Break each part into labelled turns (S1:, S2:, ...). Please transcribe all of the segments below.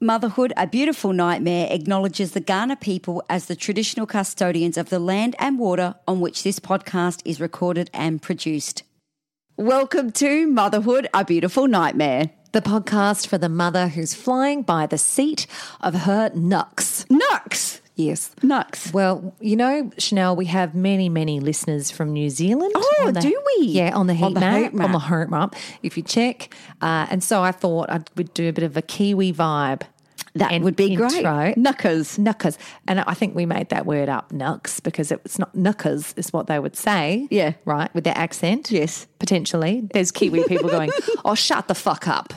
S1: Motherhood, a Beautiful Nightmare acknowledges the Ghana people as the traditional custodians of the land and water on which this podcast is recorded and produced. Welcome to Motherhood, a Beautiful Nightmare.
S2: The podcast for the mother who's flying by the seat of her nux.
S1: Nux!
S2: Yes.
S1: Nux.
S2: Well, you know, Chanel, we have many, many listeners from New Zealand.
S1: Oh,
S2: on the-
S1: do we?
S2: Yeah, on the heat
S1: On the
S2: map,
S1: heat map.
S2: on the home map, if you check. Uh, and so I thought I would do a bit of a Kiwi vibe.
S1: That
S2: and
S1: would be great.
S2: intro.
S1: Knuckers.
S2: Knuckers. And I think we made that word up, nux, because it's not knuckers, is what they would say.
S1: Yeah.
S2: Right? With their accent.
S1: Yes.
S2: Potentially. There's Kiwi people going, oh, shut the fuck up.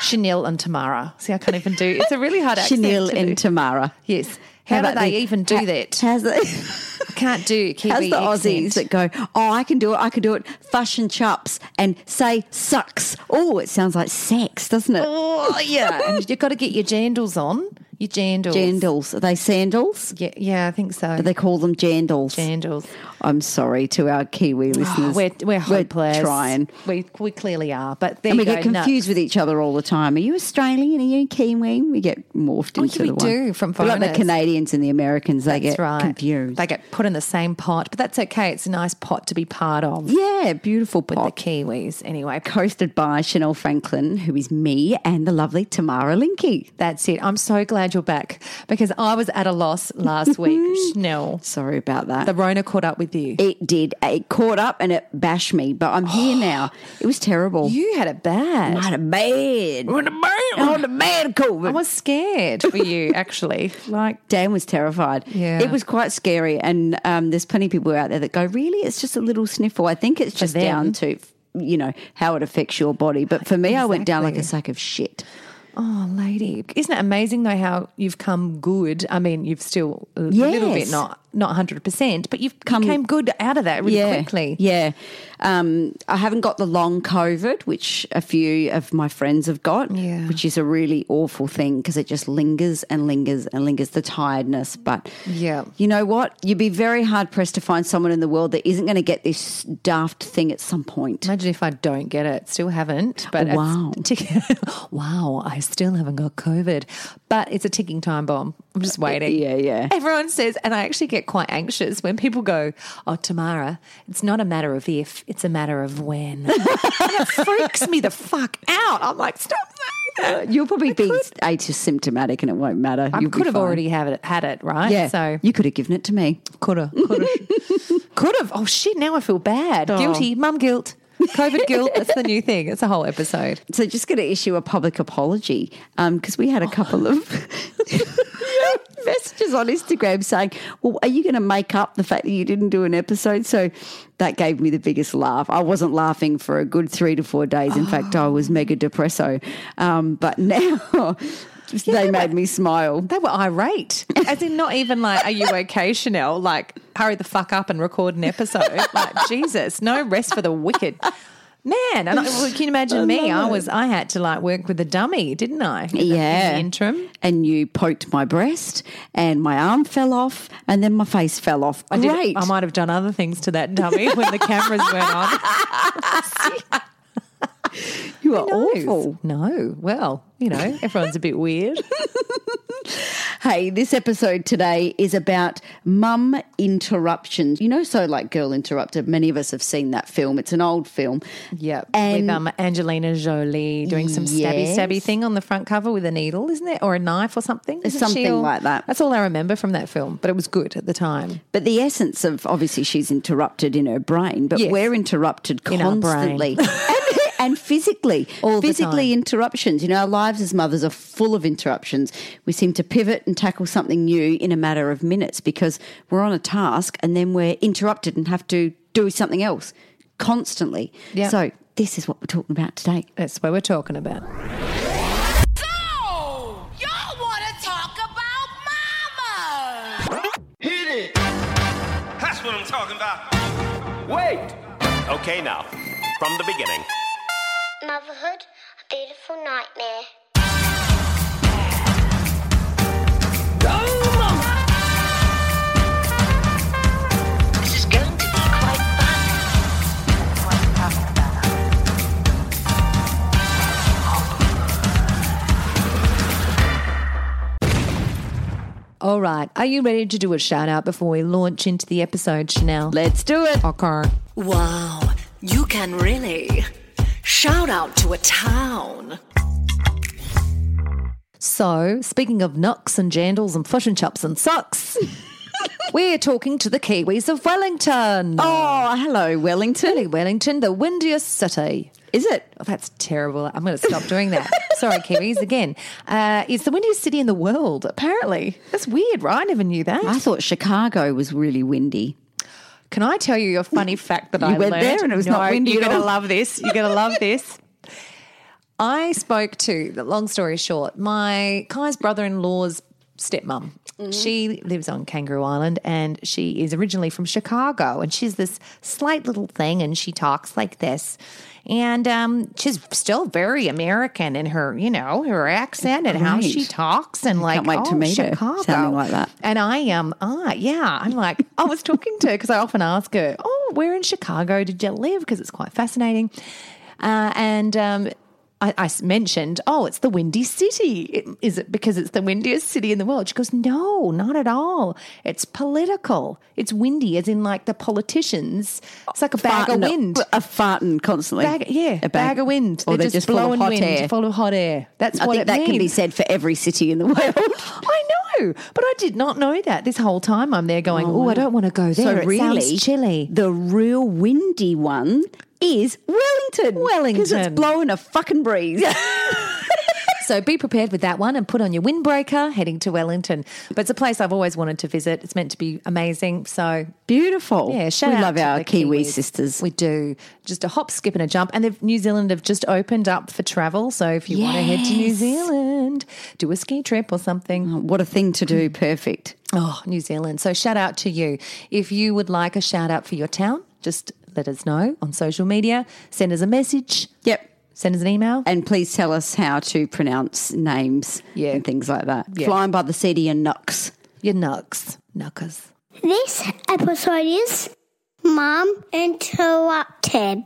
S2: Chanel and Tamara. See, I can't even do It's a really hard accent.
S1: Chanel
S2: to do.
S1: and Tamara.
S2: Yes. How, do
S1: about
S2: they
S1: the-
S2: even do
S1: ha-
S2: that?
S1: How's the,
S2: I can't do Kiwi
S1: how's the
S2: accent.
S1: Aussies that go, oh, I can do it, I can do it, fush and chups, and say sucks. Oh, it sounds like sex, doesn't it?
S2: Oh, yeah. and you've got to get your jandals on. Your jandals.
S1: Jandals. Are they sandals?
S2: Yeah, yeah, I think so.
S1: Do they call them jandals?
S2: jandals.
S1: I'm sorry to our Kiwi listeners.
S2: Oh, We're, we're hopeless.
S1: trying.
S2: We, we clearly are. But there
S1: And we
S2: you go,
S1: get confused with each other all the time. Are you Australian? Are you Kiwi? We get morphed
S2: Oh,
S1: into
S2: yeah, we
S1: the one.
S2: do, from
S1: We're like the
S2: foreigners.
S1: Canadians and the Americans. They
S2: That's
S1: get
S2: right.
S1: confused.
S2: They get put in the same pot, but that's okay. It's a nice pot to be part of
S1: yeah, beautiful
S2: with the
S1: pot.
S2: Kiwis. Anyway,
S1: Hosted by Chanel Franklin, who is me, and the lovely Tamara Linky.
S2: that's it. I'm so glad you're back because I was at a loss last week. Schnell.
S1: Sorry about that.
S2: The Rona caught up with you.
S1: it did. It caught up and it bashed me, but I'm here now. It was terrible.
S2: You had it bad. Oh,
S1: I had a bad. On the bad. On the bad COVID.
S2: I was scared for you, actually. Like,
S1: Dan was terrified.
S2: Yeah.
S1: It was quite scary. And um, there's plenty of people out there that go, really? It's just a little sniffle. I think it's just
S2: them.
S1: down to, you know, how it affects your body. But for me, I went down like a sack of shit.
S2: oh, lady, isn't it amazing though how you've come good? I mean, you've still a little bit
S1: Yes.
S2: not not hundred percent, but you've come came good out of that really
S1: yeah,
S2: quickly.
S1: Yeah. Um, I haven't got the long COVID, which a few of my friends have got,
S2: Yeah.
S1: which is a really awful thing because it just lingers and lingers and lingers, the tiredness. But
S2: Yeah.
S1: you know what? You'd be very hard pressed to find someone in the world that isn't going to get this daft thing at some point.
S2: Imagine if I don't get it. Still haven't. But it's
S1: Wow.
S2: ticking- wow, I still haven't got COVID. But it's a ticking time bomb. I'm just waiting.
S1: Uh, Yeah, yeah.
S2: Everyone says, and I actually get quite anxious when people go, "Oh, Tamara, it's not a matter of if, it's a matter of when." and it freaks me the fuck out. I'm like, stop saying that.
S1: Uh, You'll probably be asymptomatic and it won't matter.
S2: I
S1: You'll be
S2: could have
S1: fine.
S2: already have it, had it, right?
S1: Yeah.
S2: So
S1: you could have given it to me.
S2: could have, could have, could have. Oh shit! Now I feel
S1: Oh.
S2: bad. Guilty, mum guilt, COVID guilt. That's the new thing. It's a whole episode.
S1: So just going to issue a public apology because we had a couple of messages on Instagram saying, "Well, are you going to make up the fact that you didn't do an episode?" So that gave me the biggest laugh. I wasn't laughing for a good three to four days. In fact, I was mega depresso. Um, but now. they made me smile.
S2: They were irate, as in not even like, "Are you okay, Chanel?" Like, hurry the fuck up and record an episode. Like, Jesus, no rest for the wicked. Man, and I, well, can you imagine me? I was I had to like work with a dummy, didn't I? In the- in the
S1: Yeah.
S2: interim.
S1: And you poked my breast, and my arm fell off, and then my face fell off.
S2: I did-
S1: Great.
S2: I might have done other things to that dummy when the cameras weren't on.
S1: you are
S2: No.
S1: awful.
S2: No. Well, you know, everyone's a bit weird.
S1: Hey, this episode today is about mum interruptions. You know, so like Girl Interrupted, many of us have seen that film. It's an old film.
S2: Yep.
S1: And-
S2: with um, Angelina Jolie doing some stabby stabby
S1: Yes.
S2: thing on the front cover with a needle, isn't it? Or a knife or something. Isn't she
S1: Something
S2: all-
S1: like that.
S2: That's all I remember from that film, but it was good at the time.
S1: But the essence of obviously she's interrupted in her brain, but
S2: Yes.
S1: we're interrupted
S2: In our brain.
S1: constantly. and, and physically.
S2: All the
S1: physically
S2: time.
S1: interruptions. You know, our lives as mothers are full of interruptions. We seem to pivot and tackle something new in a matter of minutes because we're on a task and then we're interrupted and have to do something else constantly.
S2: Yeah.
S1: So this is what we're talking about today.
S2: That's what we're talking about.
S3: So, y'all want to talk about mama?
S4: That's what I'm talking about.
S5: Wait! Okay, now, from the beginning.
S6: Motherhood, a beautiful nightmare.
S3: This is going to be quite fun. Quite fun,
S2: All right. Are you ready to do a shout out before we launch into the episode, Chanel?
S1: Let's do it.
S2: Okay.
S3: Wow, you can really shout out to a town.
S2: So, speaking of knocks and jandals and foot and chops and socks, we're talking to the Kiwis of Wellington.
S1: Oh, hello, Wellington.
S2: Really, Wellington, the windiest city.
S1: Is it?
S2: Oh, that's terrible. I'm going to stop doing that. Sorry, Kiwis, again. Uh, it's the windiest city in the world, apparently. That's weird, right? I never knew that.
S1: I thought Chicago was really windy.
S2: Can I tell you a funny fact that I
S1: went
S2: learned?
S1: there and it was
S2: No,
S1: not windy
S2: You're
S1: at
S2: going to
S1: all.
S2: love this. You're going to love this. I spoke to, the long story short, my Kai's brother in law's stepmom.
S1: Mm-hmm.
S2: She lives on Kangaroo Island and she is originally from Chicago. And she's this slight little thing and she talks like this. And um, she's still very American in her, you know, her accent and how
S1: Great.
S2: she talks and like
S1: can't wait to
S2: oh,
S1: meet her,
S2: Chicago.
S1: sounding like that.
S2: And I um, ah, yeah, I'm like, I was talking to her because I often ask her, oh, where in Chicago did you live? Because it's quite fascinating. Uh, and um, I, I s- mentioned, oh, it's the windy city. It- Is it because it's the windiest city in the world? She goes, no, not at all. It's political. It's windy, as in like the politicians. It's like a bag of
S1: Farting-
S2: wind.
S1: A farting constantly.
S2: Bag, yeah,
S1: A
S2: bag, of wind.
S1: Or
S2: They're, just, blowing
S1: full of hot
S2: wind,
S1: air.
S2: full of hot air. That's
S1: I
S2: what
S1: think
S2: it
S1: that can be
S2: means.
S1: said for every city in the world.
S2: I know, but I did not know that this whole time I'm there going, oh, I don't want to go there.
S1: so
S2: it
S1: really,
S2: sounds chilly.
S1: The real windy one is Wellington. because it's
S2: Wellington.
S1: blowing a fucking breeze.
S2: So be prepared with that one and put on your windbreaker heading to Wellington. But it's a place I've always wanted to visit. It's meant to be amazing. So
S1: Beautiful.
S2: yeah, shout
S1: we
S2: out
S1: love
S2: to
S1: our
S2: the
S1: Kiwi
S2: Kiwis.
S1: sisters.
S2: We do. Just a hop, skip, and a jump. And they've, New Zealand have just opened up for travel. So if you want to head to New
S1: Yes. Oh,
S2: Zealand, do a ski trip or something.
S1: what a thing to
S2: Mm.
S1: do. Perfect.
S2: Oh, New Zealand. So shout out to you. If you would like a shout out for your town, just let us know on social media. Send us a message.
S1: Yep.
S2: Send us an email.
S1: And please tell us how to pronounce names
S2: Yeah.
S1: and things like that.
S2: Yeah.
S1: Flying by the city and Nux.
S2: Your nucks. Nuckers.
S6: This episode is Mom Interrupted.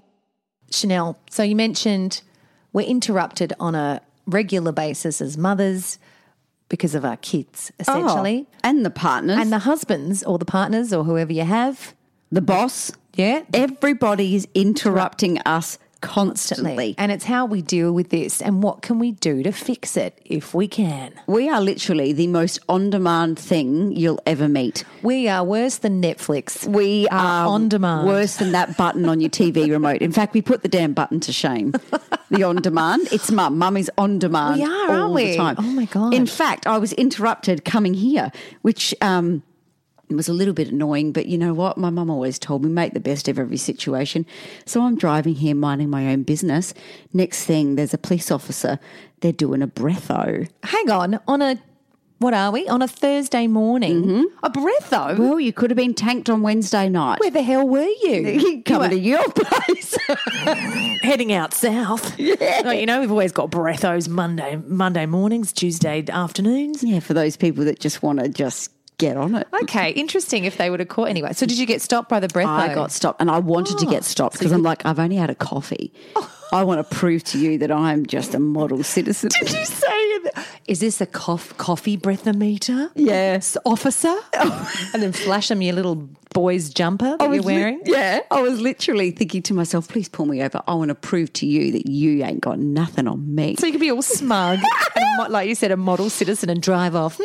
S2: Chanel, so you mentioned we're interrupted on a regular basis as mothers because of our kids, essentially.
S1: Oh, and the partners.
S2: And
S1: And the,
S2: the husbands or the partners or whoever you have.
S1: boss.
S2: Yeah.
S1: Everybody is interrupting us constantly.
S2: And it's how we deal with this and what can we do to fix it if we can.
S1: We are literally the most on demand thing you'll ever meet.
S2: We are worse than Netflix.
S1: We
S2: Uh,
S1: are
S2: on demand.
S1: Worse than that button on your TV remote. In fact, we put the damn button to shame. The on demand. It's mum. Mum is on demand.
S2: We are, aren't
S1: all
S2: we?
S1: The time.
S2: Oh, my gosh.
S1: In fact, I was interrupted coming here, which um, was a little bit annoying. But you know what? My mum always told me make the best of every situation. So I'm driving here, minding my own business. Next thing, there's a police officer. They're doing a breatho.
S2: Hang on, on a What are we? On a Thursday morning. A breath, though.
S1: Well, you could have been tanked on Wednesday night.
S2: Where the hell were you?
S1: You coming to your place.
S2: Heading out south. Like, you know, we've always got breathos Monday Monday mornings, Tuesday afternoons.
S1: yeah, for those people that just want to just get on it.
S2: Okay, interesting if they would have caught anyway. So did you get stopped by the breath?
S1: I got stopped and I wanted to
S2: Oh,
S1: get stopped because I'm like, I've only had a coffee. I want to prove to you that I'm just a model citizen.
S2: Did you say that- Is this a cough, coffee breathometer?
S1: Yes.
S2: Officer? and then flash them your little boy's jumper that you're
S1: was li-
S2: wearing?
S1: yeah. I was literally thinking to myself, please pull me over. I want to prove to you that you ain't got nothing on me.
S2: So you could be all smug, and mo- like you said, a model citizen, and drive off.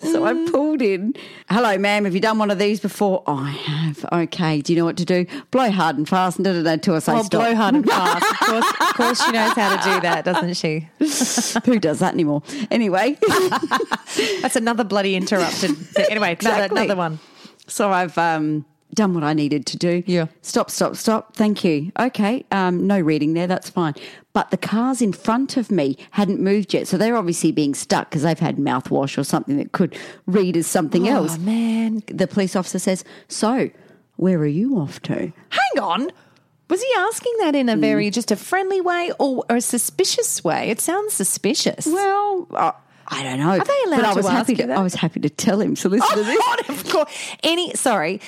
S1: So I
S2: Mm.
S1: pulled in. Hello, ma'am. Have you done one of these before? "Oh, I have. Okay. Do you know what to do? Blow hard and fast and da da da until I say
S2: Well,
S1: stop.
S2: Oh, blow hard and fast. Of course, of course, she knows how to do that, doesn't she?
S1: Who does that anymore? Anyway,
S2: That's another bloody interrupted. Anyway, another,
S1: Exactly.
S2: another one.
S1: so I've um, done what I needed to do.
S2: Yeah.
S1: Stop, stop, stop. Thank you. Okay. Um, no reading there. That's fine. But the cars in front of me hadn't moved yet. So they're obviously being stuck because they've had mouthwash or something that could read as something else.
S2: Oh man,
S1: The police officer says, So, where are you off to?
S2: hang on. Was he asking that in a very just a friendly way or, or a suspicious way? It sounds suspicious.
S1: Well, I, I don't know. Are
S2: they allowed
S1: but I
S2: to
S1: was
S2: ask
S1: happy
S2: you
S1: to,
S2: that?
S1: I was happy to tell him. So listen to this.
S2: Oh, God, of course. Any sorry,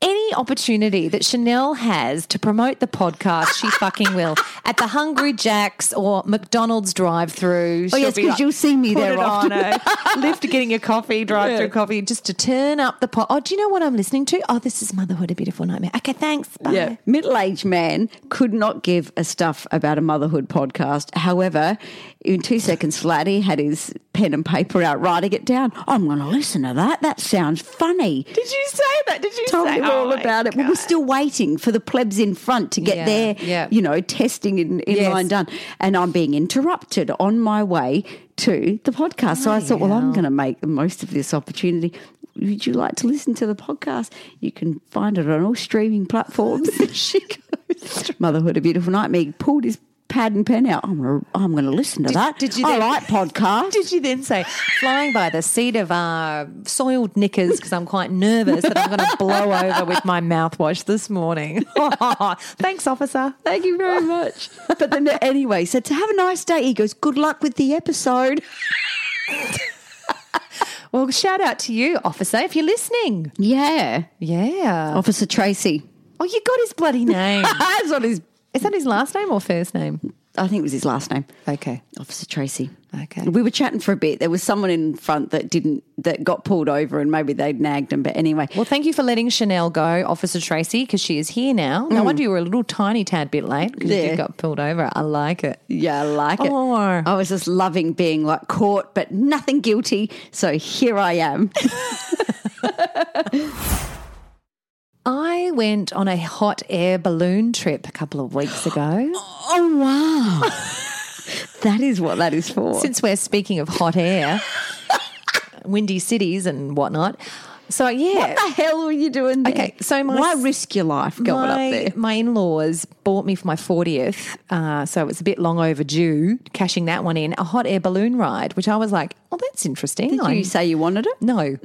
S2: any opportunity that Chanel has to promote the podcast, she fucking will. At the Hungry Jacks or McDonald's drive-through.
S1: Oh, yes, 'cause you'll see me there
S2: Put it on a lift getting your coffee, drive-through coffee, just to turn up the pot. Oh, do you know what I'm listening to? Oh, this is Motherhood, a Beautiful Nightmare. Okay, thanks. Bye.
S1: Yeah. Middle aged man could not give a stuff about a motherhood podcast. However, in two seconds flat, he had his pen and paper out writing it down. I'm going to listen to that. That sounds funny.
S2: Did you say that? Did you
S1: Told
S2: say
S1: him
S2: Oh,
S1: all
S2: my
S1: about it. Well, we're
S2: God.
S1: still waiting for the plebs in front to get
S2: Yeah,
S1: their,
S2: yeah.
S1: you know, testing in, in
S2: Yes.
S1: line done. And I'm being interrupted on my way to the podcast. So I thought, well, I'm going to make the most of this opportunity. Would you like to listen to the podcast? You can find it on all streaming platforms. she goes, Motherhood, a beautiful nightmare. He pulled his pad and pen out. I'm going to I'm going to listen to that.
S2: did you
S1: I
S2: then-
S1: like podcasts.
S2: Did you then say, flying by the seat of our soiled knickers because I'm quite nervous that I'm going to blow over with my mouthwash this morning? Thanks, officer.
S1: Thank you very much. But then anyway, so to have a nice day, he goes, good luck with the episode.
S2: Well, shout out to you, officer, if you're listening.
S1: Yeah.
S2: Yeah.
S1: Officer Tracy.
S2: Oh, you got his bloody name.
S1: That's what his.
S2: Is that his last name or first name?
S1: I think it was his last name,
S2: Okay.
S1: Officer Tracy.
S2: Okay.
S1: We were chatting for a bit. There was someone in front that didn't that got pulled over, and maybe they'd nagged him. But anyway,
S2: Well, thank you for letting Chanel go, Officer Tracy, because she is here now. No wonder you were a little tiny tad bit late because
S1: Mm. Yeah.
S2: you got pulled over. I like it.
S1: yeah, I like it.
S2: Oh.
S1: I was just loving being like caught, but nothing guilty. So here I am.
S2: I went on a hot air balloon trip a couple of weeks ago.
S1: oh wow, that is what that is for.
S2: Since we're speaking of hot air, windy cities and whatnot. So, yeah.
S1: what the hell were you doing? There?
S2: Okay, so my-
S1: why risk your life going
S2: my,
S1: up there?
S2: My in laws bought me for my 40th, uh, so it was a bit long overdue, cashing that one in, a hot air balloon ride, which I was like, oh, that's interesting.
S1: Did
S2: I-
S1: you say you wanted it?
S2: no.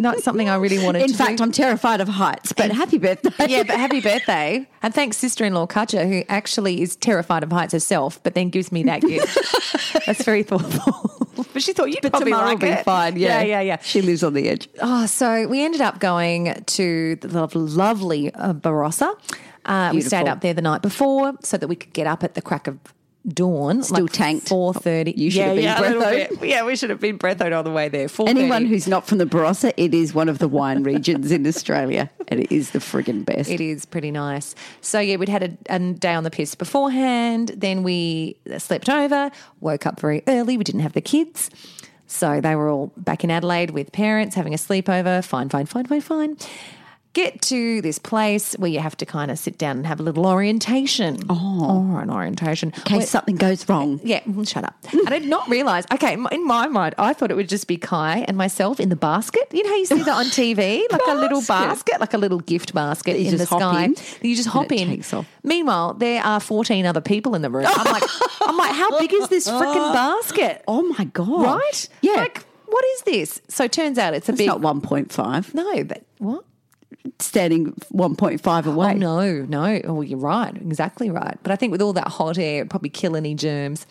S2: Not something I really wanted
S1: In
S2: to
S1: fact,
S2: do.
S1: I'm terrified of heights. But happy birthday.
S2: yeah, but happy birthday. And thanks, sister in law Kutcher, who actually is terrified of heights herself, but then gives me that gift. That's very thoughtful. but she thought you'd
S1: But
S2: probably
S1: tomorrow
S2: like
S1: will be
S2: it.
S1: fine. Yeah.
S2: yeah, yeah. yeah.
S1: She lives on the edge.
S2: Oh, so we ended up going to the lo- lovely uh, Barossa. Uh, we stayed
S1: Beautiful.
S2: up there the night before so that we could get up at the crack of dawn.
S1: Still tanked.
S2: Four thirty.
S1: You should have been
S2: yeah, a little
S1: breathoed.
S2: bit. Yeah, we should have been breathoed all the way there. 4:30.
S1: Anyone who's not from the Barossa, it is one of the wine regions in Australia, and it is the friggin' best.
S2: It is pretty nice. So yeah, we'd had a, a day on the piss beforehand. Then we slept over, woke up very early. We didn't have the kids, so they were all back in Adelaide with parents having a sleepover. Fine, fine, fine, fine, fine. Get to this place where you have to kind of sit down and have a little orientation. Oh, an orientation.
S1: In
S2: Where-
S1: case something goes wrong.
S2: yeah, mm, shut up. I did not realise. Okay, m- in my mind, I thought it would just be Kai and myself in the basket. You know how you see that on TV, like a little
S1: Basket.
S2: basket, like a little gift basket
S1: you
S2: in the
S1: just hop
S2: sky.
S1: in
S2: that You just
S1: and
S2: hop
S1: it
S2: in.
S1: takes off.
S2: Meanwhile, there are fourteen other people in the room. I'm like, I'm like, how big is this freaking basket?
S1: Oh my god!
S2: Right?
S1: Yeah.
S2: Like, what is this? So it turns out it's a
S1: It's
S2: big
S1: not 1.5.
S2: no, but what?
S1: Standing 1.5 away.
S2: Oh no, no. Oh, you're right, exactly right. But I think with all that hot air, it probably kill any germs.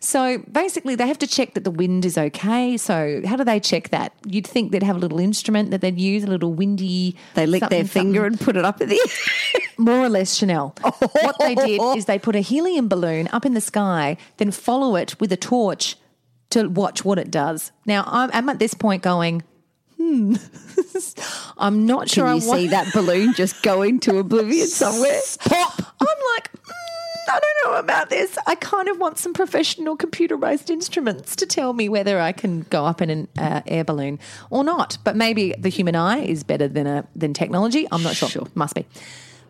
S2: So basically, they have to check that the wind is okay. So how do they check that? You'd think they'd have a little instrument that they'd use, a little windy.
S1: They lick their
S2: something, something.
S1: finger Oh. and put it up at the
S2: More or less, Chanel. what they did is they put a helium balloon up in the sky, then follow it with a torch to watch what it does. Now, I'm, I'm at this point going, hmm, I'm not sure
S1: Can
S2: I
S1: you
S2: want
S1: see that balloon just go into oblivion somewhere?
S2: Pop. I'm like, mm, I don't know about this. I kind of want some professional computerized instruments to tell me whether I can go up in an uh, air balloon or not. But maybe the human eye is better than a than technology. I'm not sure. Must be.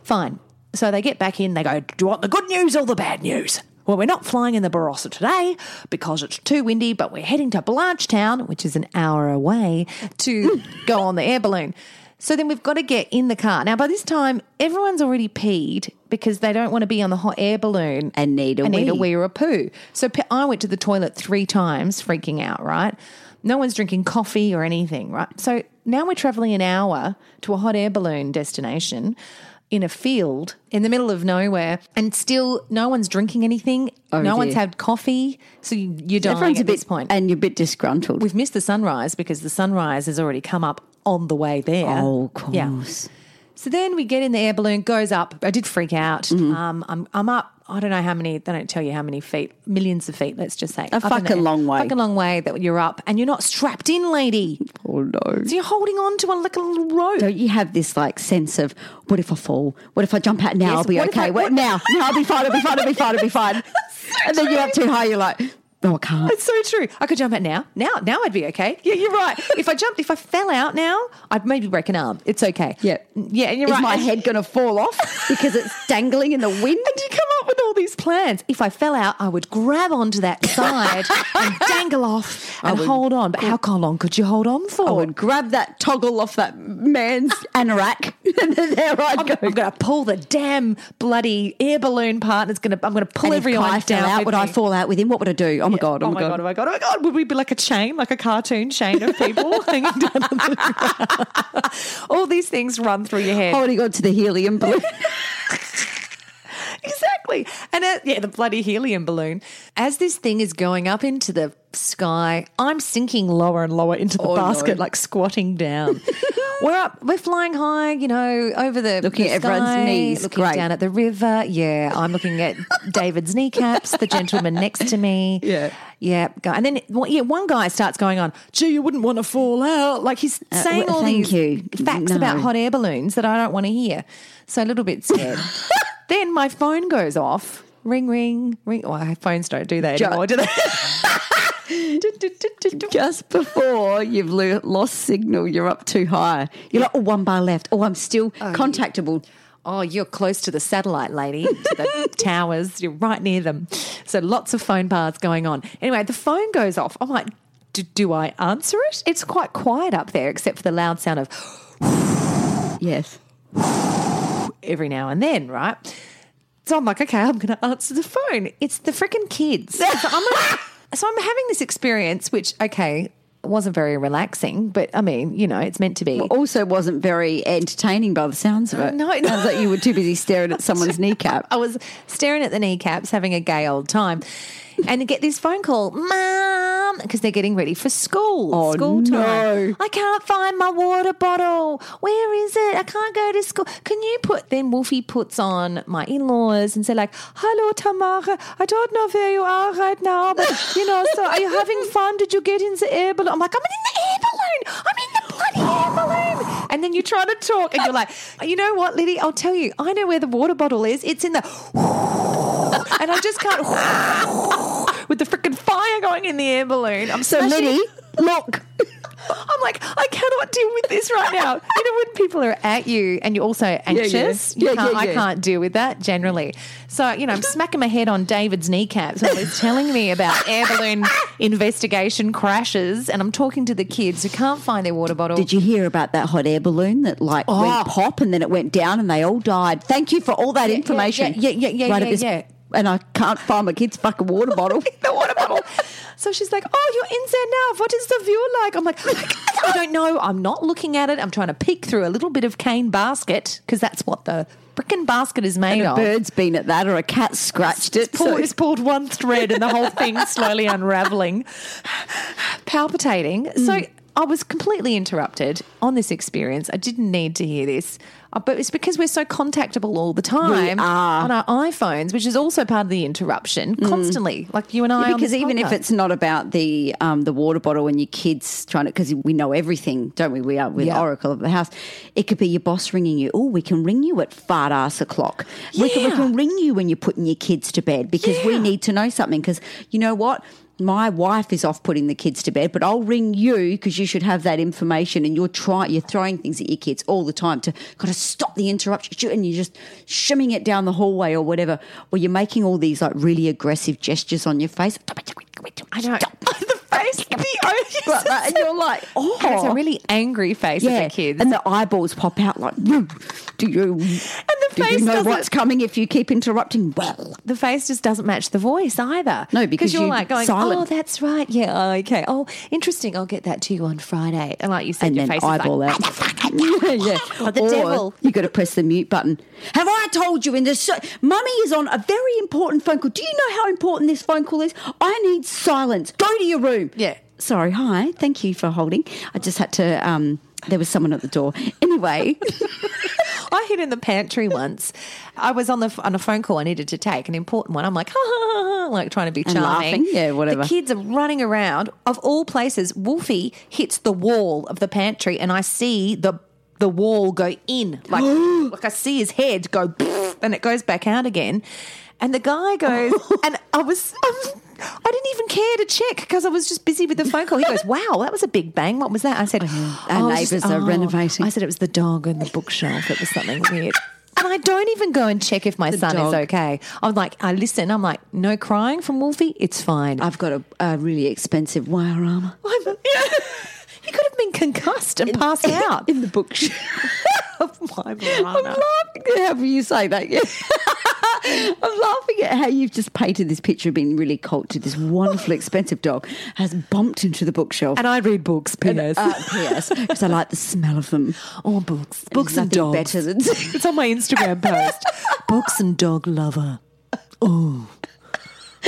S2: Fine. So they get back in. They go, do you want the good news or the bad news? Well, we're not flying in the Barossa today because it's too windy, but we're heading to Blanchetown, which is an hour away, to go on the air balloon. So then we've got to get in the car. Now, by this time, everyone's already peed because they don't want to be on the hot air balloon
S1: And need a
S2: and need a
S1: wee.
S2: wee or a poo. So pe- I went to the toilet three times, freaking out, right? No one's drinking coffee or anything, right? So now we're traveling an hour to a hot air balloon destination in a field in the middle of nowhere, and still no one's drinking anything. no one's
S1: Oh, dear.
S2: had coffee. So you, you're dying
S1: Everyone's
S2: at
S1: a bit,
S2: this point.
S1: and you're a bit disgruntled.
S2: We've missed the sunrise because the sunrise has already come up on the way there.
S1: Oh, of course.
S2: Yeah. So then we get in the air balloon, goes up. I did freak out.
S1: Mm-hmm.
S2: Um, I'm, I'm up. I don't know how many. They don't tell you how many feet. Millions of feet. Let's just say Up in
S1: fucking
S2: the air.
S1: long way.
S2: Fucking long way that you're up, and you're not strapped in, lady.
S1: Oh no.
S2: So you're holding on to a like a little rope.
S1: Don't you have this like sense of what if I fall? What if I jump out now?
S2: Yes,
S1: I'll be
S2: what if
S1: okay.
S2: I-
S1: What,
S2: what-
S1: now? Now I'll be fine. I'll be fine. I'll be fine. I'll be fine. and then you're up too high. You're like, no, I can't.
S2: It's so true. I could jump out now. Now, now I'd be okay. Yeah, you're right. if I jumped, if I fell out now, I'd maybe break an arm. It's okay.
S1: Yeah.
S2: yeah, you're
S1: Is
S2: right.
S1: my head going to fall off because it's dangling in the wind?
S2: And you come up with all these plans. If I fell out, I would grab onto that side and dangle off and hold on. But how long could you hold on for?
S1: I would grab that toggle off that man's anorak, and then there I
S2: I'm,
S1: go.
S2: I'm going to pull the damn bloody air balloon part. and It's going to. I'm going to pull
S1: and if
S2: everyone
S1: Kai
S2: down.
S1: fell out,
S2: with
S1: would
S2: me.
S1: I fall out with him? What would I do? Oh my god! Oh, my god!
S2: Oh my god! Oh my god! Would we be like a chain, like a cartoon chain of people hanging down? on the ground? All these things run through your head.
S1: Holding on to the helium balloon.
S2: exactly. And uh, yeah, the bloody helium balloon. As this thing is going up into the sky, I'm sinking lower and lower into the
S1: Oh, no.
S2: basket, like squatting down. we're up, we're flying high, you know, over the
S1: Looking
S2: the
S1: at everyone's
S2: sky,
S1: knees.
S2: looking
S1: Great.
S2: down at the river. Yeah, I'm looking at David's kneecaps. The gentleman next to me.
S1: Yeah.
S2: yeah. go- And then well, yeah, one guy starts going on. Gee, you wouldn't want to fall out. Like he's
S1: w-
S2: saying all
S1: Uh, thank
S2: these
S1: you.
S2: facts
S1: No.
S2: about hot hot air balloons that I don't want to hear. So a little bit scared. then my phone goes off. Ring, ring, ring. Oh, our phones don't do that
S1: Ju-
S2: anymore, do they?
S1: Just before you've lo- lost signal, you're up too high. You're like, oh, one bar left. Oh, I'm still contactable.
S2: Oh, you're close to the satellite, lady, to the towers. You're right near them. So lots of phone bars going on. Anyway, the phone goes off. I'm like, do, do I answer it? It's quite quiet up there, except for the loud sound of
S1: Yes.
S2: every now and then, right? So I'm like, okay, I'm going to answer the phone. It's the freaking kids. So I'm, like- so I'm having this experience, which, okay, wasn't very relaxing, but I mean, you know, it's meant to be.
S1: Also, wasn't very entertaining by the sounds of it.
S2: No, no.
S1: sounds like you were too busy staring at someone's kneecap.
S2: I was staring at the kneecaps, having a gay old time, and I get this phone call, Mom, because they're getting ready for school.
S1: Oh,
S2: school
S1: no.
S2: time. I can't find my water bottle. Where is it? I can't go to school. Can you put? Then Wolfie puts on my in-laws and say like, "Hello, Tamara. I don't know where you are right now, but you know, so are you having fun? Did you get in the air balloon?" I'm like, "I'm in the air balloon. I'm in the bloody air balloon." And then you try to talk, and you're like, "You know what, Liddy? I'll tell you. I know where the water bottle is. It's in the." and I just can't with the freaking fire going in the air balloon. I'm
S1: So,
S2: smashing-
S1: Liddy, look.
S2: I'm like, I cannot deal with this right now. You know, when people are at you and you're also anxious,
S1: Yeah,
S2: you can't,
S1: yeah, yeah.
S2: I can't deal with that generally. So, you know, I'm smacking my head on David's kneecaps while he's telling me about air balloon investigation crashes. And I'm talking to the kids who can't find their water bottle.
S1: Did you hear about that hot air balloon that like
S2: Oh.
S1: went pop and then it went down and they all died? Thank you for all that
S2: Yeah,
S1: information.
S2: yeah, yeah, yeah, yeah,
S1: right
S2: yeah,
S1: at this,
S2: yeah.
S1: And I can't find my kid's fucking water bottle.
S2: the water bottle. So she's like, "Oh, you're in Zanaf. What is the view like?" I'm like, "I don't know. I'm not looking at it. I'm trying to peek through a little bit of cane basket because that's what the frickin' basket is made
S1: And a
S2: of."
S1: bird's been at that, or a cat scratched it.
S2: It's pulled,
S1: so-
S2: it's pulled one thread and the whole thing's slowly unraveling, palpitating.
S1: Mm.
S2: So I was completely interrupted on this experience. I didn't need to hear this, Uh, but it's because we're so contactable all the time
S1: are. Mm.
S2: on our iPhones, which is also part of the interruption constantly. Like you and I,
S1: Yeah,
S2: on
S1: because
S2: this
S1: even if
S2: podcast.
S1: it's not about the um, the water bottle and your kids trying to, because we know everything, don't we? We are with
S2: Yeah.
S1: Oracle of the house. It could be your boss ringing you. Oh, we can ring you at fart ass o'clock. We, can, we
S2: Yeah.
S1: can ring you when you're putting your kids to bed because we
S2: Yeah.
S1: need to know something. Because you know what. My wife is off putting the kids to bed, but I'll ring you because you should have that information. And you're trying, you're throwing things at your kids all the time to kind of stop the interruption, and you're just shimming it down the hallway or whatever. Or you're making all these like really aggressive gestures on your face.
S2: I know the face, the eyes,
S1: Like that, and you're like, oh,
S2: it's a really angry face
S1: yeah.
S2: of the kids.
S1: and the eyeballs pop out like, do you? And
S2: the
S1: do you
S2: face
S1: know
S2: doesn't-
S1: what's coming if you keep interrupting? Well,
S2: the face just doesn't match the voice either.
S1: No, because
S2: you're
S1: you're
S2: like going,
S1: silent.
S2: oh, that's right, yeah, oh, okay, oh, interesting. I'll get that to you on Friday. And like you said,
S1: and
S2: your
S1: then
S2: face
S1: eyeball
S2: is like,
S1: out. yeah.
S2: Or the devil.
S1: You got to press the mute button. Have I told you in this? So, Mummy is on a very important phone call. Do you know how important this phone call is? I need silence. Go to your room.
S2: Yeah.
S1: Sorry. Hi. Thank you for holding. I just had to. Um, there was someone at the door. Anyway.
S2: I hid in the pantry once. I was on the on a phone call I needed to take, an important one. I'm like, ha, ha, ha, ha, like trying to be
S1: And
S2: charming.
S1: laughing, yeah, whatever.
S2: The kids are running around. Of all places, Wolfie hits the wall of the pantry, and I see the the wall go in, like like I see his head go, and it goes back out again. And the guy goes, and I was. I was I didn't even care to check because I was just busy with the phone call. He goes, "Wow, that was a big bang. What was that?" I said,
S1: Our
S2: "Oh, it was
S1: neighbours are renovating."
S2: I said it was the dog in the bookshelf. It was something weird. And I don't even go and check if my son
S1: dog.
S2: is okay. I'm like, I listen. I'm like, no crying from Wolfie. It's fine.
S1: I've got a, a really expensive wire armor.
S2: I'm- you could have been concussed and passed out.
S1: in the bookshelf.
S2: Of my
S1: I'm
S2: banana.
S1: laughing at how you say that. Yeah. I'm laughing at how you've just painted this picture of being really cult to this wonderful expensive dog has bumped into the bookshelf.
S2: And I read books. P.S.
S1: uh, P.S. Because I like the smell of them.
S2: oh, books, books
S1: There's
S2: and
S1: nothing
S2: dogs.
S1: better than-
S2: it's on my Instagram post. books and dog lover. Oh.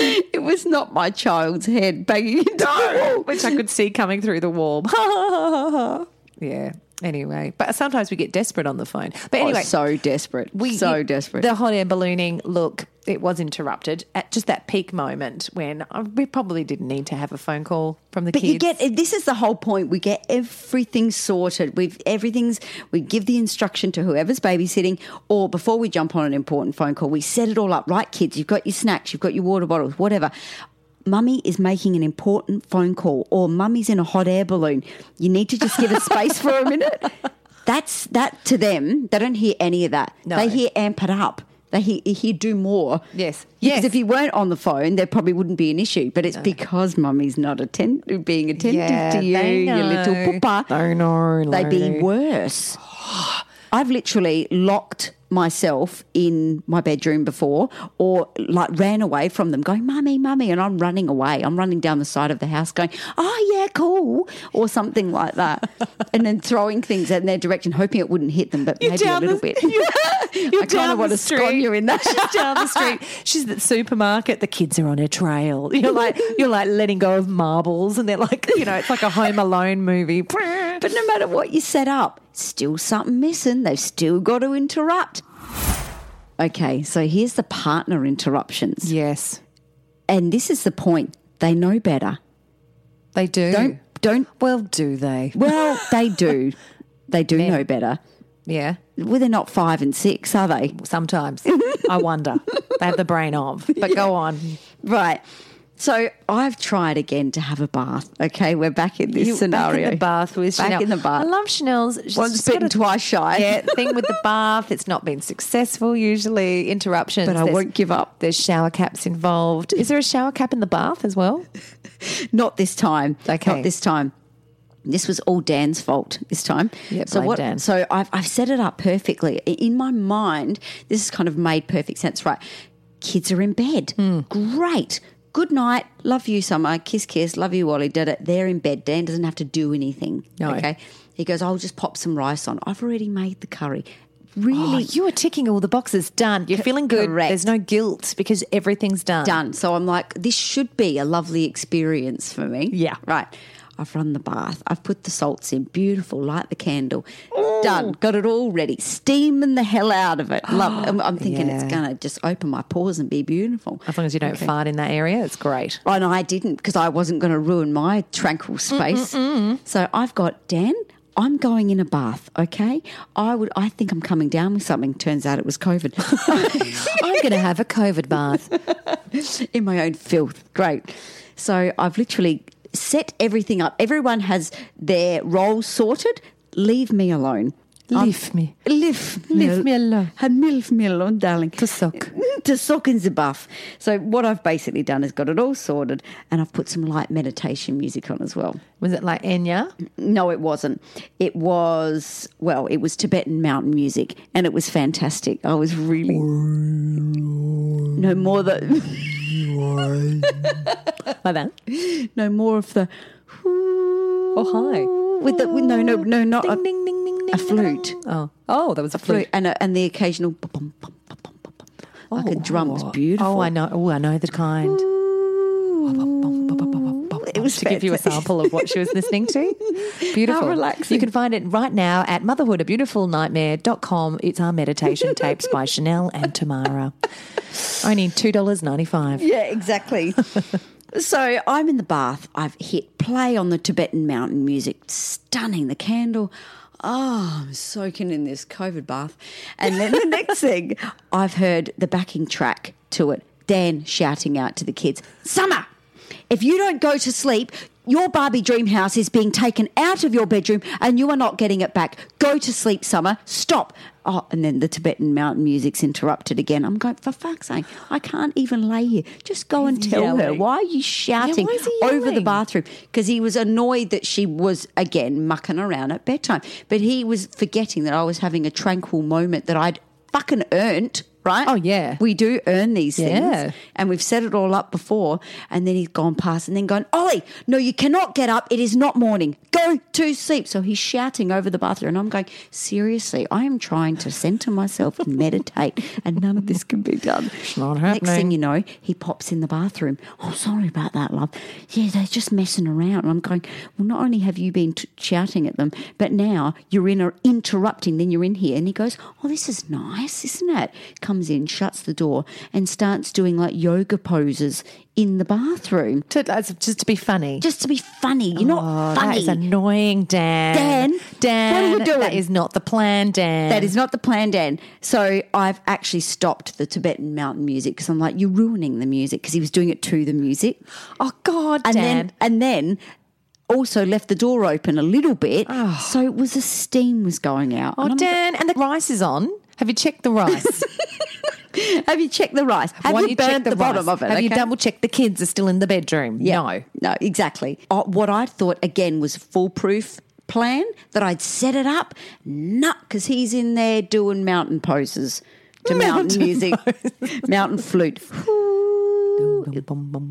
S1: It was not my child's head banging into the wall.
S2: which I could see coming through the wall. yeah. Anyway, but sometimes we get desperate on the phone. But
S1: I
S2: anyway,
S1: was Oh, so desperate. so desperate.
S2: The hot air ballooning. Look, it was interrupted at just that peak moment when uh, we probably didn't need to have a phone call from the
S1: But
S2: kids.
S1: you get this is the whole point. We get everything sorted. We've everything's we give the instruction to whoever's babysitting, or before we jump on an important phone call, we set it all up. Right, kids, you've got your snacks, you've got your water bottles, whatever. Mummy is making an important phone call, or mummy's in a hot air balloon. You need to just give a space for a minute. That's that to them. They don't hear any of that.
S2: No.
S1: They hear amp it up. They hear, hear do more.
S2: Yes.
S1: Because
S2: Yes.
S1: if you weren't on the phone, there probably wouldn't be an issue. But it's because mummy's not attend- being attentive
S2: Yeah,
S1: to you,
S2: they
S1: your little
S2: know.
S1: pooper.
S2: They know,
S1: They'd be
S2: lady.
S1: worse. I've literally locked myself in my bedroom before or like ran away from them going, Mummy, Mummy. And I'm running away. I'm running down the side of the house going, Oh, yeah, cool. Or something like that. and then throwing things in their direction, hoping it wouldn't hit them, but
S2: You're
S1: maybe a
S2: down
S1: little
S2: the-
S1: bit.
S2: You're,
S1: I kind of want to sconya in that.
S2: She's down the street. She's at the supermarket. The kids are on her trail. You're like you're like letting go of marbles, and they're like you know it's like a Home Alone movie.
S1: But no matter what you set up, still something missing. They've still got to interrupt. Okay, so here's the partner interruptions.
S2: yes,
S1: And this is the point. They know better.
S2: they do.
S1: Don't don't
S2: Well, do they?
S1: well, they do. They do know better.
S2: Yeah,
S1: Well, they're not five and six, are they?
S2: sometimes I wonder. They have the brain of. But go on.
S1: Right. So I've tried again to have a bath. Okay, we're back in this
S2: You-
S1: scenario.
S2: Back in the bath with
S1: back
S2: Chanel.
S1: in the bath.
S2: I love Chanel's. she's
S1: Once
S2: just got
S1: bitten,
S2: a-
S1: twice shy.
S2: Yeah, thing with the bath. It's not been successful usually. Interruptions.
S1: But I
S2: There's-
S1: won't give up.
S2: There's shower caps involved. Is there a shower cap in the bath as well?
S1: Not this time.
S2: Okay.
S1: Not this time. This was all Dan's fault this time.
S2: Yeah,
S1: so
S2: blame
S1: what?
S2: Dan.
S1: So I've I've set it up perfectly I- in my
S2: Hmm.
S1: mind. This has kind of made perfect sense, right? Kids are in bed. Great. good night, love you, Summer, kiss, kiss, love you, Wally, did it. They're in bed. Dan doesn't have to do anything.
S2: No.
S1: Okay. He goes, I'll just pop some rice on. I've already made the curry.
S2: Oh,
S1: Really
S2: you are ticking all the boxes. Done. You're feeling good.
S1: Oh, correct.
S2: There's no guilt because everything's done.
S1: done. So I'm like, this should be a lovely experience for me.
S2: Yeah.
S1: Right. I've run the bath. I've put the salts in. Beautiful. Light the candle. Done. Got it all ready. Steaming the hell out of it. Love it. I'm, I'm thinking it's
S2: Yeah.
S1: going to just open my pores and be beautiful.
S2: As long as you don't fart in that area, it's great.
S1: And I didn't because I wasn't going to ruin my tranquil space. So I've got Dan. I'm going in a bath, okay? I would. I think I'm coming down with something. Turns out it was COVID.
S2: I'm going to have a COVID bath.
S1: in my own filth. Great. So I've literally set everything up. Everyone has their role sorted. Leave me alone.
S2: Leave me.
S1: Leave, leave
S2: al-
S1: me alone. And leave me alone, darling. Mm,
S2: To sock.
S1: to sock in the buff. So what I've basically done is got it all sorted, and I've put some light meditation music on as well.
S2: Was it like Enya?
S1: No, it wasn't. It was well, it was Tibetan mountain music, and it was fantastic. I was really no more than.
S2: Like that?
S1: no more of the
S2: Oh, hi.
S1: with the with no no no not a,
S2: Ding, ding, ding, ding, ding.
S1: a flute
S2: Oh. Oh, that was a flute.
S1: flute and a, and the occasional bum, bum, bum, bum, bum, bum, bum. like a drum It was beautiful
S2: Oh, I know. Oh, I know the kind.
S1: It was
S2: to give you a
S1: fantastic.
S2: sample of what she was listening to. Beautiful.
S1: How relaxing.
S2: You can find it right now at motherhoodabeautifulnightmare.com. It's our meditation tapes by Chanel and Tamara. Only $2.95.
S1: yeah exactly so I'm in the bath I've hit play on the Tibetan mountain music stunning the candle oh I'm soaking in this COVID bath and then the next thing I've heard the backing track to it Dan shouting out to the kids summer If you don't go to sleep, your Barbie dream house is being taken out of your bedroom and you are not getting it back. Go to sleep, Summer. Stop. Oh, and then the Tibetan mountain music's interrupted again. I'm going, for fuck's sake, I can't even lay here. Just go and tell her.
S2: yelling.
S1: Why are you shouting
S2: why is he
S1: over the
S2: yelling?
S1: bathroom? Because he was annoyed that she was, again, mucking around at bedtime. But he was forgetting that I was having a tranquil moment that I'd fucking earned, right?
S2: Oh, yeah.
S1: We do earn these
S2: Yeah.
S1: things and we've set it all up before. And then he's gone past and then gone, Ollie, no, you cannot get up. It is not morning. Go to sleep. So he's shouting over the bathroom. And I'm going, seriously, I am trying to center myself and meditate, and none of this can be done.
S2: not
S1: Next thing
S2: happening.
S1: you know, he pops in the bathroom. Oh, sorry about that, love. Yeah, they're just messing around. And I'm going, well, not only have you been t- shouting at them, but now you're in or interrupting. Then you're in here. And he goes, oh, this is nice, isn't it? Comes in, shuts the door, and starts doing like yoga poses in the bathroom
S2: To- that's just to be funny.
S1: just to be funny. You're
S2: Oh,
S1: not funny.
S2: That is annoying, Dan.
S1: Dan,
S2: Dan,
S1: what are you doing?
S2: That is not the plan, Dan.
S1: That is not the plan, Dan. So I've actually stopped the Tibetan mountain music because I'm like, you're ruining the music because he was doing it to the music.
S2: Oh God,
S1: And
S2: Dan.
S1: then and then also left the door open a little bit. So it was a steam was going out.
S2: oh
S1: And I'm
S2: Dan, and the rice is on. Have you checked the rice?
S1: like, Have you checked the rice? Have
S2: Why
S1: you,
S2: don't check
S1: burnt the, bottom
S2: rice?
S1: of it?
S2: Have you
S1: okay?
S2: double checked the kids are still in the bedroom?
S1: Yeah.
S2: No.
S1: No, exactly. Uh, what I thought again was foolproof plan that I'd set it up. Nut, because he's in there doing mountain poses to mountain,
S2: Mountain
S1: music, mountain flute.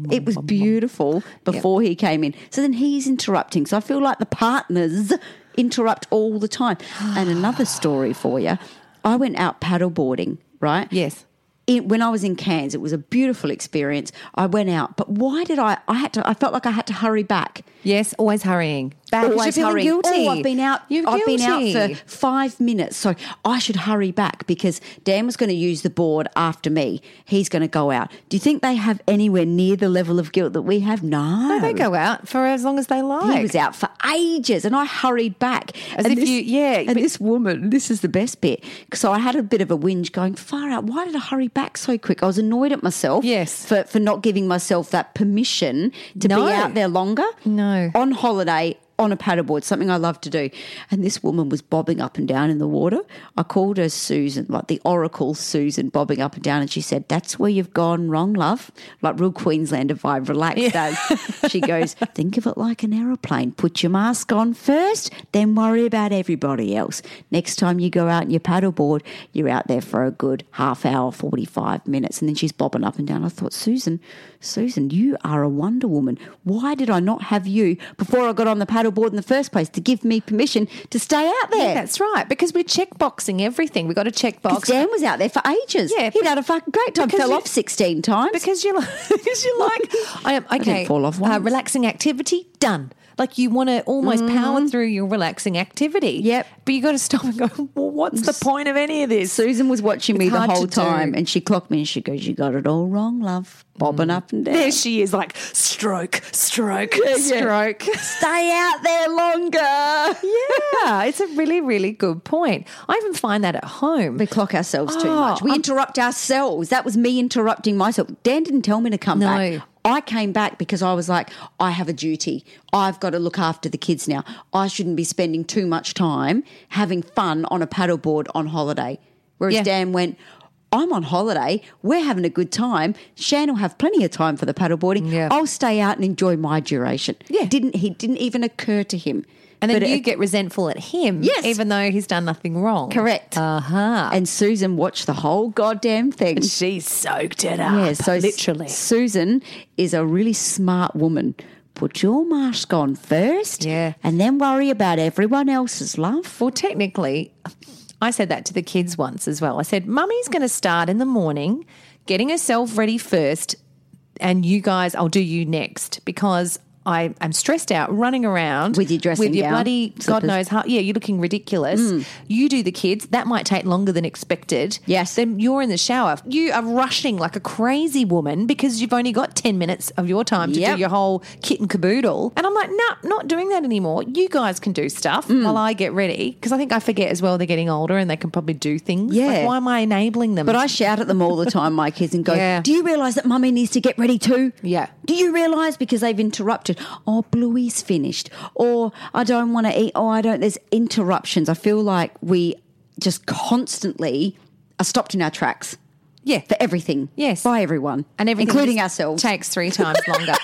S1: It was beautiful before he came in. So then he's interrupting. So I feel like the partners interrupt all the time. And another story for you I went out paddleboarding, right?
S2: Yes.
S1: it, when I was in Cairns, it was a beautiful experience. I went out, but why did I? I had to. I felt like I had to hurry back.
S2: Yes, always hurrying. Back. 'cause
S1: Always
S2: you're feeling
S1: hurrying. Oh,
S2: guilty.
S1: I've been out.
S2: You're
S1: I've been out
S2: guilty.
S1: for five minutes, so I should hurry back because Dan was going to use the board after me. He's going to go out. Do you think they have anywhere near the level of guilt that we have? No,
S2: They go out for as long as they like.
S1: He was out for ages, and I hurried back.
S2: As
S1: and
S2: if you- yeah,
S1: And
S2: but-
S1: this woman, this is the best bit. So I had a bit of a whinge, going far out. Why did I hurry back so quick? I was annoyed at myself.
S2: Yes.
S1: for for not giving myself that permission to
S2: No.
S1: be out there longer.
S2: No.
S1: on holiday. On a paddleboard, something I love to do. And this woman was bobbing up and down in the water. I called her Susan, like the Oracle Susan, bobbing up and down. And she said, That's where you've gone wrong, love. Like real Queenslander vibe, relaxed as. She goes, Think of it like an aeroplane. Put your mask on first, then worry about everybody else. Next time you go out in your paddleboard, you're out there for a good half hour, 45 minutes. And then she's bobbing up and down. I thought, Susan, Susan, you are a Wonder Woman. Why did I not have you before I got on the paddleboard in the first place to give me permission to stay out there?
S2: Yeah, that's right. Because we're checkboxing everything. We've got a checkbox.
S1: 'Cause Dan was out there for ages.
S2: Yeah,
S1: He'd
S2: but-
S1: had a fucking great time.
S2: because
S1: Fell
S2: you-
S1: off 16 times.
S2: Because you like, because you like, I am okay. Uh,
S1: didn't fall off once.
S2: relaxing activity done. Like you want to almost power through your relaxing activity.
S1: Mm-hmm. Yep.
S2: But you got to stop and go. Well, what's the point of any of this?
S1: Susan was watching me
S2: It's
S1: the
S2: hard to
S1: whole
S2: do.
S1: time and she clocked me and she goes, You got it all wrong, love. Bobbing up and down.
S2: Mm. There she is, like stroke, stroke,
S1: yeah.
S2: stroke.
S1: Stay out there longer.
S2: yeah, it's a really, really good point. I even find that at home.
S1: We clock ourselves too
S2: Oh,
S1: much. We
S2: I'm-
S1: interrupt ourselves. That was me interrupting myself. Dan didn't tell me to come
S2: No.
S1: back. I came back because I was like, I have a duty. I've got to look after the kids now. I shouldn't be spending too much time having fun on a paddleboard on holiday. Whereas
S2: Yeah.
S1: Dan went, I'm on holiday. We're having a good time. Shan will have plenty of time for the paddleboarding.
S2: Yeah.
S1: I'll stay out and enjoy my duration.
S2: Yeah.
S1: Didn't he didn't even occur to him.
S2: And then
S1: But
S2: you
S1: it-
S2: get resentful at him,
S1: Yes.
S2: even though he's done nothing wrong.
S1: Correct.
S2: Uh huh.
S1: and Susan watched the whole goddamn thing.
S2: she soaked it up.
S1: Yeah, so S-
S2: literally.
S1: Susan is a really smart woman. Put your mask on first,
S2: Yeah.
S1: and then worry about everyone else's love.
S2: Well, technically, I said that to the kids once as well. I said, Mummy's going to start in the morning, getting herself ready first, and you guys, I'll do you next because. I am stressed out running around
S1: With your dressing
S2: with your
S1: gown,
S2: bloody God
S1: slippers. Mm.
S2: knows how. Yeah, you're looking ridiculous. You do the kids. That might take longer than expected.
S1: Yes.
S2: Then you're in the shower. You are rushing like a crazy woman because you've only got 10 minutes of your time to
S1: Yep.
S2: do your whole kit and caboodle. And I'm like, no, not doing that anymore. You guys can do stuff while I get ready. Because I think I forget as well, they're getting older and they can probably do things. Like,
S1: Yeah.
S2: why am I enabling them?
S1: But I shout at them all the time, my kids, and go,
S2: Yeah.
S1: Do you realise that mummy needs to get ready too?
S2: Yeah.
S1: Do you realise? Because they've interrupted. Oh, Bluey's finished. Or I don't want to eat. Oh, I don't. There's interruptions. I feel like we just constantly are stopped in our tracks
S2: yeah.
S1: for everything.
S2: Yes.
S1: By everyone.
S2: and everything
S1: Including
S2: just
S1: ourselves.
S2: takes three times longer.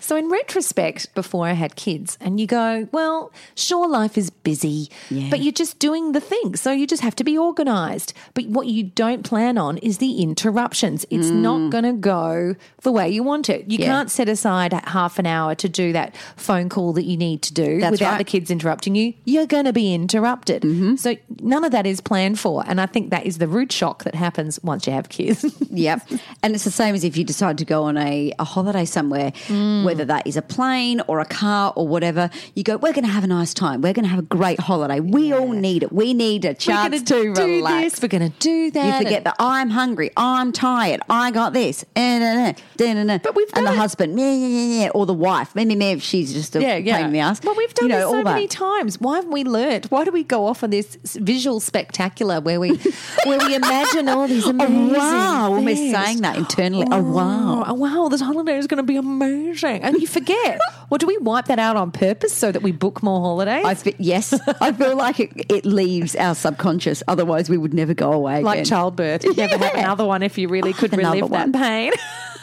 S2: so in retrospect, before I had kids, and you go, well, sure, life is busy, but you're just doing the thing, so you just have to be organised. But what you don't plan on is the interruptions. It's not going to go the way you want it. You
S1: Mm. Yeah.
S2: can't set aside half an hour to do that phone call that you need to do
S1: That's
S2: without
S1: right. Mm-hmm.
S2: the kids interrupting you. You're going to be interrupted. So none of that is planned for, and I think that is the root shock that happens once you have kids.
S1: Yep. And it's the same as if you decide to go on a, a holiday somewhere,
S2: Mm.
S1: whether that is a plane or a car or whatever. You go, we're going to have a nice time. We're going to have a great holiday. We all need it. We need a chance to
S2: do
S1: relax.
S2: This, we're going to do that.
S1: You forget that I'm hungry, I'm tired, I got this. Eh, nah, nah, da, nah, nah.
S2: But we've
S1: and the
S2: done it.
S1: husband, meh, meh, meh, meh, or the wife, meh, meh, meh, if she's just a
S2: yeah, yeah.
S1: pain in the ass.
S2: Well, we've done
S1: You know,
S2: this so
S1: all that.
S2: many times. Why haven't we learnt? Why do we go off on this s- visual spectacular where we where we imagine all these amazing?
S1: Oh, wow. Almost
S2: things?
S1: saying that internally. Oh, wow.
S2: Oh, wow, this holiday is going to be amazing. And you forget. well, do we wipe that out on purpose so that we book more holidays?
S1: I fe- yes, I feel like it, it leaves our subconscious. Otherwise, we would never go away.
S2: like
S1: again.
S2: childbirth. You'd never have
S1: Yeah.
S2: another one if you really
S1: I'll
S2: could
S1: have another
S2: relive
S1: one.
S2: that pain.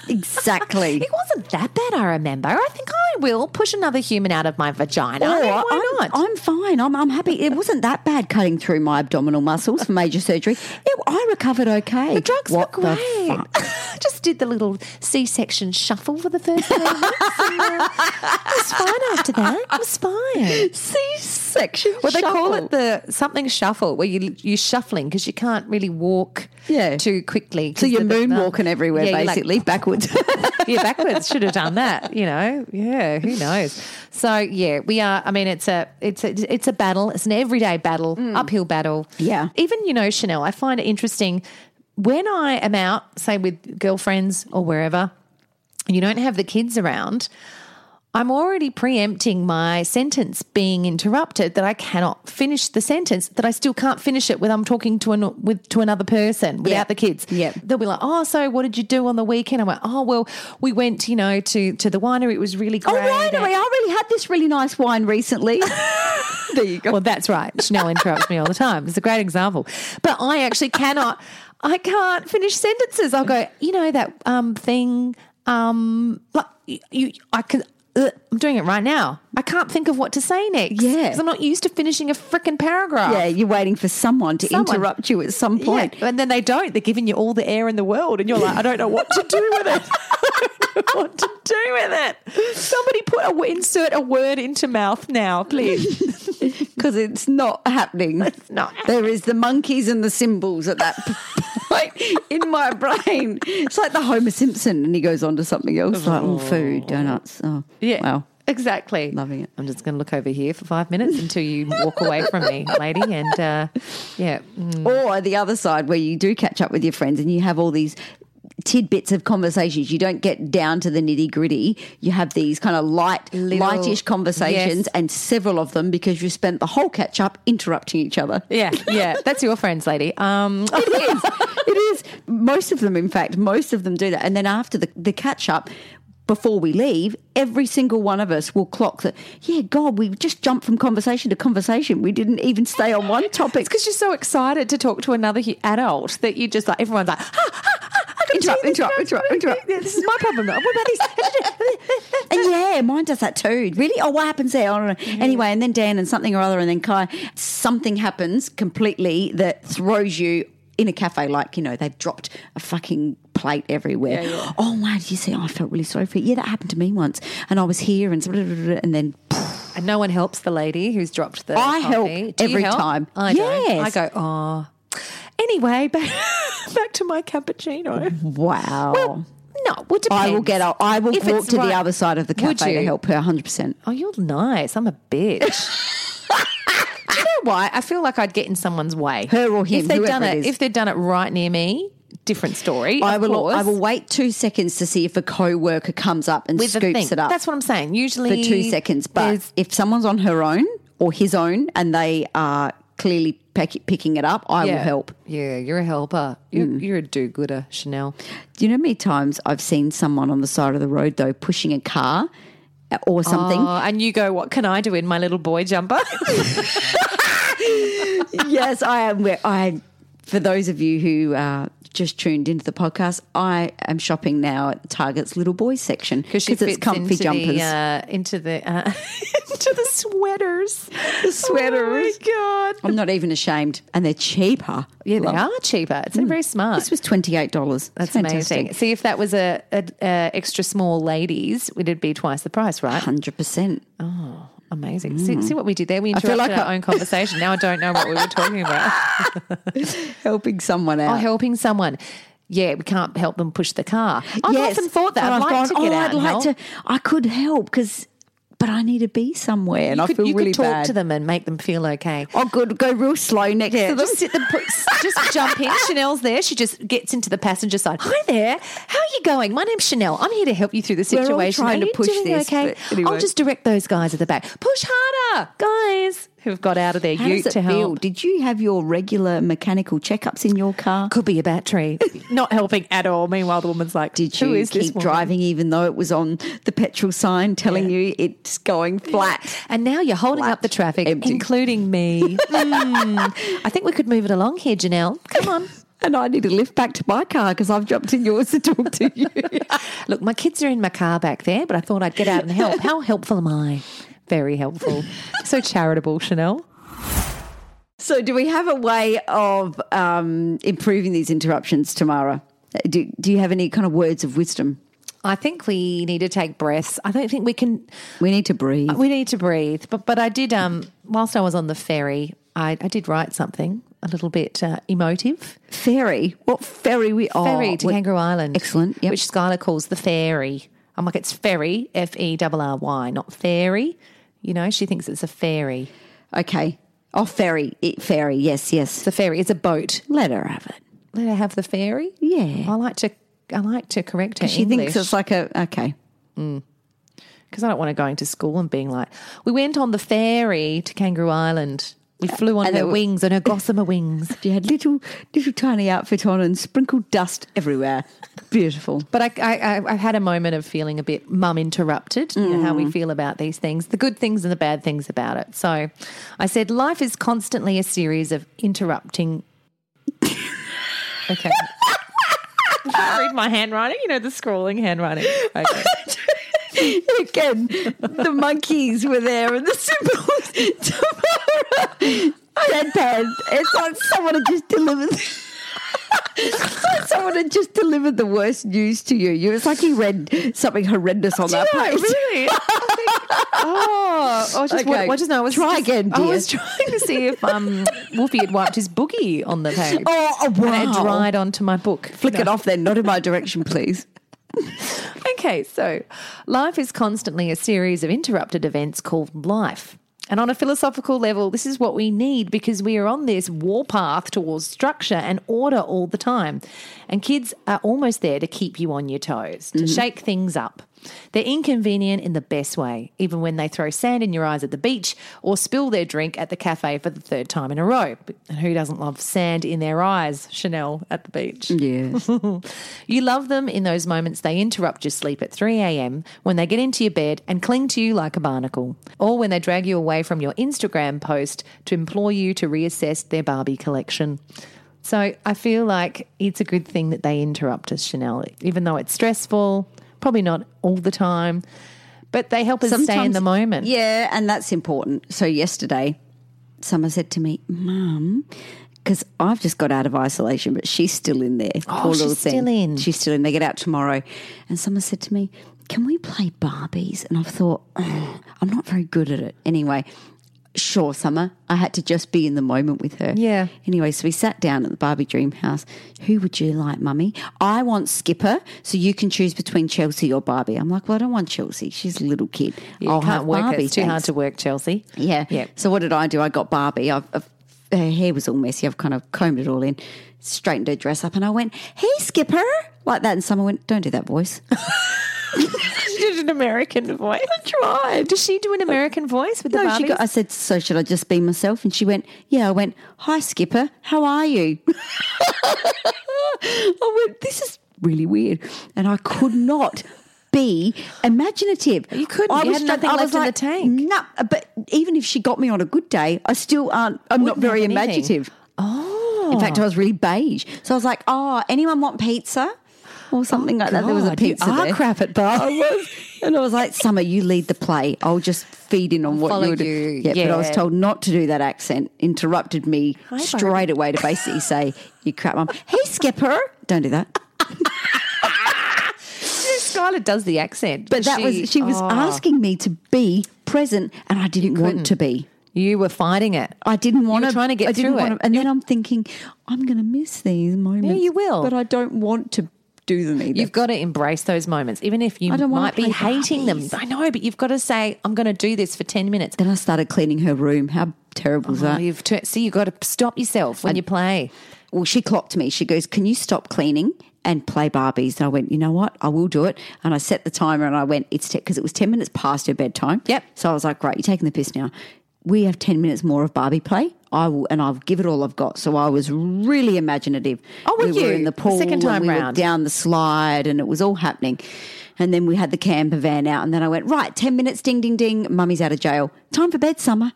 S1: Exactly.
S2: It wasn't that bad, I remember. I think I will push another human out of my vagina. I
S1: Oh,
S2: mean,
S1: I-
S2: why
S1: I'm,
S2: not?
S1: I'm fine. I'm, I'm happy. It wasn't that bad cutting through my abdominal muscles for major surgery. It, I recovered okay.
S2: The drugs
S1: what The
S2: were great.
S1: fuck?
S2: Just did the little C-section shuffle for the first three weeks. and, uh, I was fine after that. I was fine.
S1: C-section.
S2: Well, they
S1: shuffle.
S2: call it the something shuffle, where you you're shuffling because you can't really walk
S1: Yeah.
S2: too quickly.
S1: So
S2: 'cause
S1: you're
S2: the- the-
S1: moonwalking everywhere,
S2: Yeah, you're like-
S1: basically backwards.
S2: yeah, backwards should have done that. You know, yeah, who knows? So yeah, we are. I mean, it's a it's a it's a battle. It's an everyday battle, uphill battle.
S1: Yeah.
S2: Even you know, Chanel, I find it interesting when I am out, say with girlfriends or wherever, and you don't have the kids around. I'm already preempting my sentence being interrupted that I cannot finish the sentence that I still can't finish it when I'm talking to an with to another person without
S1: Yep.
S2: the kids.
S1: Yep.
S2: They'll be like, "Oh, so what did you do on the weekend?" I went, "Oh, well, we went, you know, to to the winery. It was really
S1: oh,
S2: great."
S1: winery.
S2: And-
S1: I really had this really nice wine recently. there you go.
S2: well, that's right. Chanel interrupts me all the time. It's a great example. But I actually cannot, I can't finish sentences. I'll go, you know, that um thing, um, like you, you I can. Uh, I'm doing it right now. I can't think of what to say next.
S1: Yeah.
S2: because I'm not used to finishing a freaking paragraph.
S1: Yeah, you're waiting for someone to
S2: Someone.
S1: interrupt you at some point.
S2: Yeah. And then they don't. They're giving you all the air in the world, and you're like, I don't know what to do with it. know what to do with it. Somebody put a, insert a word into mouth now, please.
S1: because it's not happening.
S2: not
S1: There is the monkeys and the symbols at that point in my brain. It's like the Homer Simpson, and he goes on to something else like oh, food, donuts. Oh,
S2: Yeah.
S1: Wow.
S2: Exactly.
S1: Loving it.
S2: I'm just going to look over here for five minutes until you walk away from me, lady. And uh, yeah, mm,
S1: Or the other side where you do catch up with your friends and you have all these tidbits of conversations. You don't get down to the nitty gritty. You have these kind of light,
S2: Little-
S1: lightish conversations,
S2: Yes.
S1: and several of them because you spent the whole catch up interrupting each other.
S2: yeah, yeah. That's your friends, lady. Um,
S1: it is. It is. Most of them, in fact, most of them do that. And then after the, the catch up, before we leave, every single one of us will clock that, yeah, God, we just jumped from conversation to conversation. We didn't even stay on one topic.
S2: It's because you're so excited to talk to another hu- adult that you just like everyone's like, ah, ah, ah, I gotta
S1: Interrupt,
S2: do this,
S1: interrupt,
S2: I gotta
S1: interrupt,
S2: do
S1: interrupt.
S2: this. This is my problem. What about this?
S1: And yeah, mine does that too. Really? Oh, what happens there? I don't know. Anyway, and then Dan and something or other, and then Kai, something happens completely that throws you in a cafe, like, you know, they've dropped a fucking plate everywhere. Oh, wow, did you see? Oh, I felt really sorry for you. Yeah, that happened to me once. And I was here, and, and then
S2: and no one helps the lady who's dropped the.
S1: I help
S2: coffee. Do you
S1: every
S2: help?
S1: time.
S2: I don't. I
S1: Yes.
S2: go. Oh. Anyway, back, back to my cappuccino.
S1: wow.
S2: Well, no, well, depends.
S1: I will get out. I will
S2: If
S1: walk
S2: it's
S1: to
S2: right-
S1: the other side of the
S2: Would
S1: cafe to
S2: you?
S1: help her 100%.
S2: Oh, you're nice. I'm a bitch. Do you know why? I feel like I'd get in someone's way.
S1: Her or him,
S2: If they've
S1: whoever
S2: done
S1: it is.
S2: if they've done it right near me, different story.
S1: I
S2: of
S1: will. I
S2: course.
S1: will wait two seconds to see if a co-worker comes up and
S2: with the thing.
S1: scoops it up.
S2: That's what I'm saying.
S1: for
S2: Usually
S1: two seconds. But
S2: there's-
S1: if someone's on her own or his own and they are clearly pick, picking it up, I will
S2: Yeah.
S1: help. Mm.
S2: Yeah, you're a helper. You're, you're a do-gooder, Chanel.
S1: Do you know how many times I've seen someone on the side of the road though pushing a car or something?
S2: Oh, and you go, what can I do in my little boy jumper?
S1: yes, I am. where- I for those of you who uh, just tuned into the podcast, I am shopping now at Target's little boys section because it's comfy
S2: into
S1: jumpers.
S2: the, uh, into the uh, into the sweaters, the
S1: sweaters.
S2: Oh my god!
S1: I'm not even ashamed, and they're cheaper.
S2: Yeah, they
S1: Love.
S2: are cheaper. It's very smart.
S1: This was twenty eight dollars.
S2: That's amazing. See, if that was a, a, a extra small ladies, it'd be twice the price, right?
S1: Hundred percent.
S2: Amazing. See, see what we did there? We
S1: Mm. I feel
S2: interrupted
S1: like
S2: our
S1: I-
S2: own conversation. Now I don't know what we were talking about.
S1: Helping someone out.
S2: Oh, helping someone. Yeah, we can't help them push the car. I've
S1: Yes.
S2: often thought that.
S1: And
S2: I'd
S1: I've
S2: like to
S1: gone,
S2: get
S1: oh,
S2: out
S1: I'd
S2: and
S1: like
S2: help.
S1: to. I could help because, but I need to be somewhere, and
S2: You
S1: I
S2: could,
S1: feel
S2: you could
S1: really
S2: talk
S1: bad.
S2: to them and make them feel okay.
S1: Oh, good. Go real slow next to them.
S2: just sit them, put, just jump in. Chanel's there. She just gets into the passenger side. Hi there. How are you going? My name's Chanel. I'm here to help you through the
S1: We're all
S2: situation.
S1: trying
S2: Are
S1: to
S2: you
S1: push
S2: doing
S1: this,
S2: okay?
S1: but anyway.
S2: I'll just direct those guys at the back. Push harder, guys. Who've got out of their
S1: How
S2: ute
S1: does it
S2: to
S1: feel?
S2: help?
S1: Did you have your regular mechanical checkups in your car?
S2: Could be a battery. Not helping at all. Meanwhile, the woman's like,
S1: Did
S2: "Who
S1: you
S2: is this
S1: keep
S2: woman?"
S1: driving even though it was on the petrol sign telling you it's going flat?
S2: And now you're holding
S1: Flat,
S2: up the traffic,
S1: empty.
S2: including me. Mm. I think we could move it along here, Janelle. Come on.
S1: And I need to lift back to my car because I've jumped in yours to talk to you.
S2: Look, my kids are in my car back there, but I thought I'd get out and help. How helpful am I? Very helpful. So charitable, Chanel.
S1: so, do we have a way of um, improving these interruptions, Tamara? Do, do you have any kind of words of wisdom?
S2: I think we need to take breaths. I don't think we can.
S1: We need to breathe.
S2: Uh, We need to breathe. But but I did. Um, whilst I was on the ferry, I, I did write something a little bit uh, emotive.
S1: Ferry. What ferry we are?
S2: ferry to
S1: What-
S2: Kangaroo Island.
S1: Excellent. Yep.
S2: Which Skylar calls the ferry. I'm like, it's ferry, F E R R Y, not fairy. You know, she thinks it's a ferry.
S1: Okay. Oh, ferry. It, ferry. Yes, yes.
S2: It's a ferry. It's a boat.
S1: Let her have it.
S2: Let her have the ferry.
S1: Yeah.
S2: I like to. I like to correct her.
S1: She thinks it's like a okay.
S2: because I don't want her going to school and being like, we went on the ferry to Kangaroo Island. We flew on
S1: And
S2: her
S1: it-
S2: wings Uh, and her gossamer wings.
S1: She had little, little tiny outfit on and sprinkled dust everywhere. Beautiful.
S2: But I, I, I, I've had a moment of feeling a bit mum interrupted, you know, how we feel about these things, the good things and the bad things about it. So I said, life is constantly a series of interrupting. Okay. You can't read my handwriting, you know, the scrawling handwriting. Okay.
S1: Again, the monkeys were there and the symbols. Tamara, deadpan. It's like someone had just delivered. Someone had just delivered the worst news to you. You it's like you read something horrendous on that
S2: Yeah,
S1: page.
S2: really? I think- oh, I was just,
S1: Okay.
S2: what, just no, I was
S1: Try
S2: just-
S1: again,
S2: I was
S1: dear.
S2: trying to see if um, Wolfie had wiped his boogie on the page.
S1: Oh, oh,
S2: And it
S1: wow.
S2: dried onto my book.
S1: Flick it off then, not in my direction, please.
S2: Okay, so life is constantly a series of interrupted events called life. And on a philosophical level, this is what we need because we are on this warpath towards structure and order all the time. And kids are almost there to keep you on your toes, to shake things up. They're inconvenient in the best way, even when they throw sand in your eyes at the beach or spill their drink at the cafe for the third time in a row. And who doesn't love sand in their eyes, Chanel, at the beach?
S1: Yes.
S2: You love them in those moments they interrupt your sleep at 3 a.m., when they get into your bed and cling to you like a barnacle, or when they drag you away from your Instagram post to implore you to reassess their Barbie collection. So I feel like it's a good thing that they interrupt us, Chanel, even though it's stressful, probably not all the time, but they help us stay in the moment.
S1: Yeah, and that's important. So yesterday, someone said to me, "Mum," because I've just got out of isolation, but she's still in there.
S2: Oh, she's still in.
S1: She's still in. They get out tomorrow, and someone said to me, "Can we play Barbies?" And I've thought, "Oh, I'm not very good at it. Anyway. Sure, Summer. I had to just be in the moment with her.
S2: Yeah.
S1: Anyway, so we sat down at the Barbie Dream House. Who would you like, Mummy? I want Skipper, so you can choose between Chelsea or Barbie. I'm like, well, I don't want Chelsea. She's a little kid.
S2: You
S1: I'll
S2: can't
S1: have
S2: work
S1: Barbie.
S2: it. It's too Oh, hard
S1: thanks.
S2: to work, Chelsea.
S1: Yeah.
S2: Yeah.
S1: So what did I do? I got Barbie. I've, I've her hair was all messy. I've kind of combed it all in, straightened her dress up, and I went, "Hey, Skipper," like that. And someone went, "Don't do that voice."
S2: She did an American voice. I tried. Does she do an American voice with the
S1: no,
S2: Barbies?
S1: she got. I said, "So should I just be myself?" And she went, "Yeah." I went, "Hi, Skipper. How are you?" I went, "This is really weird," and I could not. Be imaginative.
S2: You couldn't.
S1: I
S2: You had
S1: trying-
S2: nothing
S1: I
S2: left
S1: was
S2: in the
S1: like,
S2: tank.
S1: Nah, but even if she got me on a good day, I still aren't. I'm
S2: Wouldn't
S1: not very
S2: have anything. Oh.
S1: imaginative. In fact, I was really beige. So I was like, oh, anyone want pizza? Or something like that. There was a
S2: God, you
S1: pizza.
S2: are
S1: there.
S2: crap at bar.
S1: I was. And I was like, Summer, you lead the play. I'll just feed in on what
S2: follow
S1: you're
S2: you.
S1: doing. Yeah, but I was
S2: Yeah.
S1: told not to do that accent. Interrupted me
S2: Barbie.
S1: straight away to basically say, you crap mum. Hey, Skipper. Don't do that.
S2: Scarlett does the accent.
S1: But that was, she was
S2: Oh.
S1: asking me to be present and I didn't want to be.
S2: You were fighting it.
S1: I didn't want
S2: were
S1: to.
S2: trying to get
S1: I didn't
S2: through
S1: want
S2: it.
S1: to- and then I'm thinking, I'm going to miss these moments.
S2: you will.
S1: But I don't want to do them either.
S2: You've got to embrace those moments, even if you
S1: I don't wanna
S2: might be
S1: play
S2: hating
S1: Barbies.
S2: them. I know, but you've got to say, "I'm going to do this for ten minutes."
S1: Then I started cleaning her room. How terrible is
S2: Oh,
S1: that?
S2: you've tur- see, you've got to stop yourself when you play.
S1: Well, she clocked me. She goes, Can you stop cleaning and play Barbies? And I went, You know what? I will do it. And I set the timer and I went, It's because it was 10 minutes past her bedtime.
S2: Yep.
S1: So I was like, Right, you're taking the piss now. We have 10 minutes more of Barbie play. I will, and I'll give it all I've got. So I was really imaginative.
S2: Oh, were
S1: we
S2: you?
S1: were in the
S2: The
S1: pool
S2: second
S1: and
S2: time
S1: we were
S2: round.
S1: down the slide and it was all happening. And then we had the camper van out. And then I went, Right, 10 minutes, ding, ding, ding. Mummy's out of jail. Time for bed, summer.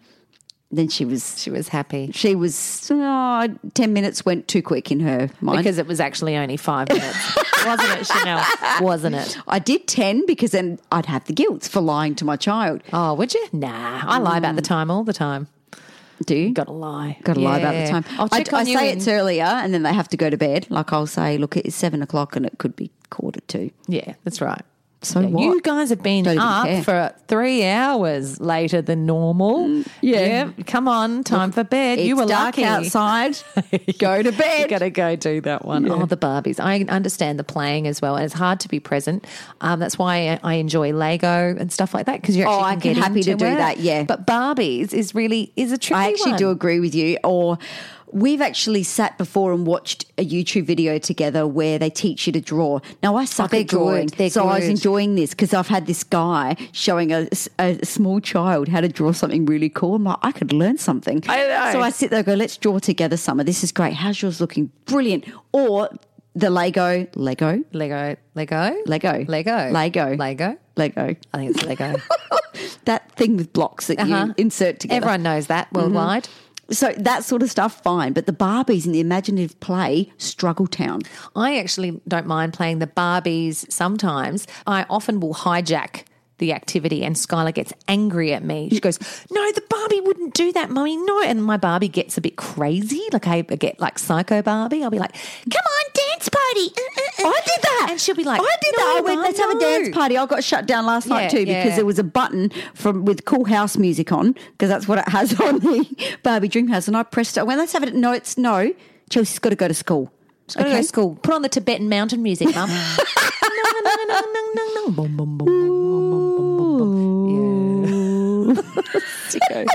S1: Then she was
S2: She was happy
S1: she was oh, 10 minutes went too quick in her mind
S2: because it was actually only five minutes, wasn't it, Chanel? Wasn't it?
S1: i did 10 because then i'd have the guilt for lying to my child
S2: Oh, would you? Nah, I lie about the time all the time.
S1: do you
S2: Got to lie.
S1: Got to Mm. lie about the
S2: Yeah.
S1: time.
S2: I'll
S1: I-
S2: check
S1: I,
S2: on you
S1: say
S2: in-
S1: it's earlier, and then they have to go to bed. Like I'll say, look, it's seven o'clock, and it could be quarter to.
S2: Yeah, that's right.
S1: So
S2: Yeah,
S1: what?
S2: You guys have been
S1: Don't even
S2: up
S1: care.
S2: for three hours later than normal.
S1: yeah.
S2: come on, time for bed.
S1: it's
S2: you were
S1: dark
S2: lucky.
S1: outside. go to
S2: You
S1: bed.
S2: gotta go do that one. Oh, the Barbies. I understand the playing as well, and it's hard to be present. Um, that's why I I enjoy Lego and stuff like that because you're
S1: Oh,
S2: actually
S1: I
S2: can
S1: can
S2: get
S1: happy to
S2: into
S1: do
S2: it.
S1: that, yeah.
S2: but Barbies is really is a tricky.
S1: I actually
S2: one.
S1: do agree with you. Or we've actually sat before and watched a YouTube video together where they teach you to draw. Now I suck
S2: they're
S1: at drawing,
S2: good. They're
S1: so I was
S2: good.
S1: enjoying this because I've had this guy showing a, a small child how to draw something really cool. I'm like, I could learn something.
S2: I know.
S1: So I sit there, and go, let's draw together, Summer. This is great. How's yours looking? Brilliant. Or the Lego, Lego,
S2: Lego, Lego,
S1: Lego,
S2: Lego,
S1: Lego,
S2: Lego.
S1: Lego.
S2: I think it's Lego.
S1: That thing with blocks that
S2: Uh-huh.
S1: you insert together.
S2: Everyone knows that worldwide.
S1: So that sort of stuff, fine. But the Barbies and the imaginative play, struggle town.
S2: I actually don't mind playing the Barbies sometimes. I often will hijack the activity and Skylar gets angry at me. She goes, No, the Barbie wouldn't do that, mummy. No. And my Barbie gets a bit crazy. Like I get like psycho Barbie. I'll be like, Come on, dance party. Uh, uh, uh."
S1: I did that.
S2: And she'll be like,
S1: I did that. I
S2: "No,
S1: went,
S2: Mum,
S1: let's have a
S2: no."
S1: dance party. I got shut down last night
S2: Yeah,
S1: too because
S2: yeah.
S1: there was a button from with cool house music on because that's what it has on the Barbie Dreamhouse. And I pressed it. I went, let's have it. No, it's no. Chelsea's got to go to school.
S2: She's gotta go to school. Put on the Tibetan mountain music, mum. No, no, no, no, no, no, no. Bum, bum, bum, bum, bum, bum, bum, bum. Yeah. Sicko.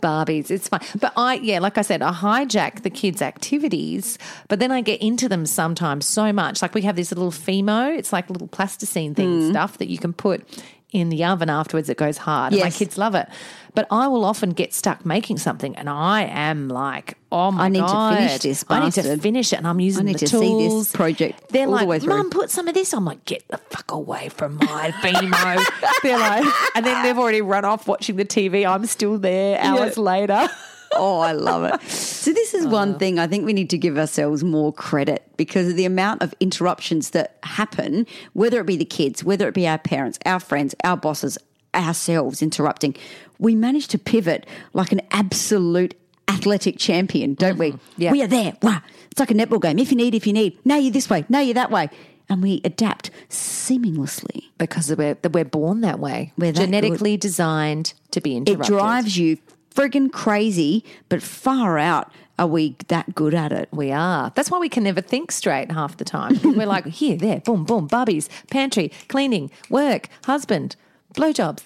S2: Barbies, it's fine. But I, yeah, like I said, I hijack the kids' activities, but then I get into them sometimes so much. Like we have this little Fimo, it's like little plasticine thing
S1: Mm.
S2: stuff that you can put in the oven afterwards. It goes hard. And
S1: Yes.
S2: my kids love it. But I will often get stuck making something, and I am like, oh my
S1: I need to
S2: God.
S1: finish this
S2: I need to
S1: bastard.
S2: finish it, and I'm using
S1: I need
S2: the
S1: to see this
S2: tools.
S1: project
S2: They're
S1: all the
S2: like,
S1: way through.
S2: Mum, put some of this. I'm like, get the fuck away from my Vimo. They're like, and then they've already run off watching the TV. I'm still there hours later.
S1: oh, I love it. So this is
S2: Uh.
S1: one thing I think we need to give ourselves more credit because of the amount of interruptions that happen, whether it be the kids, whether it be our parents, our friends, our bosses, ourselves interrupting. We manage to pivot like an absolute athletic champion, don't we?
S2: Mm-hmm. Yeah.
S1: We are there. Wow. It's like a netball game. If you need, if you need. Now you're this way. Now you're that way. And we adapt seamlessly.
S2: because we're, that we're born that way.
S1: We're that
S2: genetically designed to be
S1: It
S2: interrupted.
S1: drives you friggin' crazy, but far out are we that good at it.
S2: We are. That's why we can never think straight half the time. We're like, here, there, boom, boom, bubbies, pantry, cleaning, work, husband, blowjobs.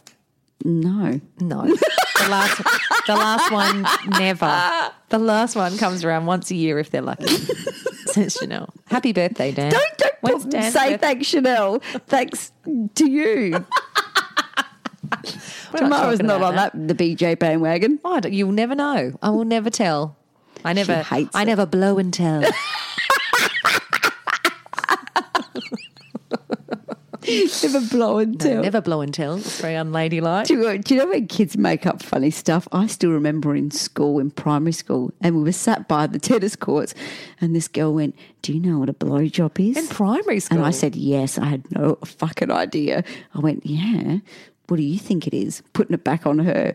S1: No.
S2: No. The last, the last one, never. The last one comes around once a year if they're lucky. Says Chanel. Happy birthday, Dan.
S1: Don't don't
S2: When's
S1: put,
S2: Dan's
S1: say
S2: birth-
S1: thanks, Chanel. Thanks to you.
S2: We're
S1: Tomorrow's
S2: talking
S1: not
S2: about
S1: on that the BJ bandwagon.
S2: Oh, I don't- you'll never know. I will never tell. I never.
S1: hates
S2: I
S1: it.
S2: never blow and tell.
S1: Never blow and tell.
S2: Oh, never blow and tell. It's very unladylike.
S1: Do you, do you know when kids make up funny stuff? I still remember in school, in primary school, and we were sat by the tennis courts, and this girl went, "Do you know what a blowjob is?"
S2: In primary school.
S1: And I said, yes, I had no fucking idea. I went, yeah, what do you think it is? Putting it back on her.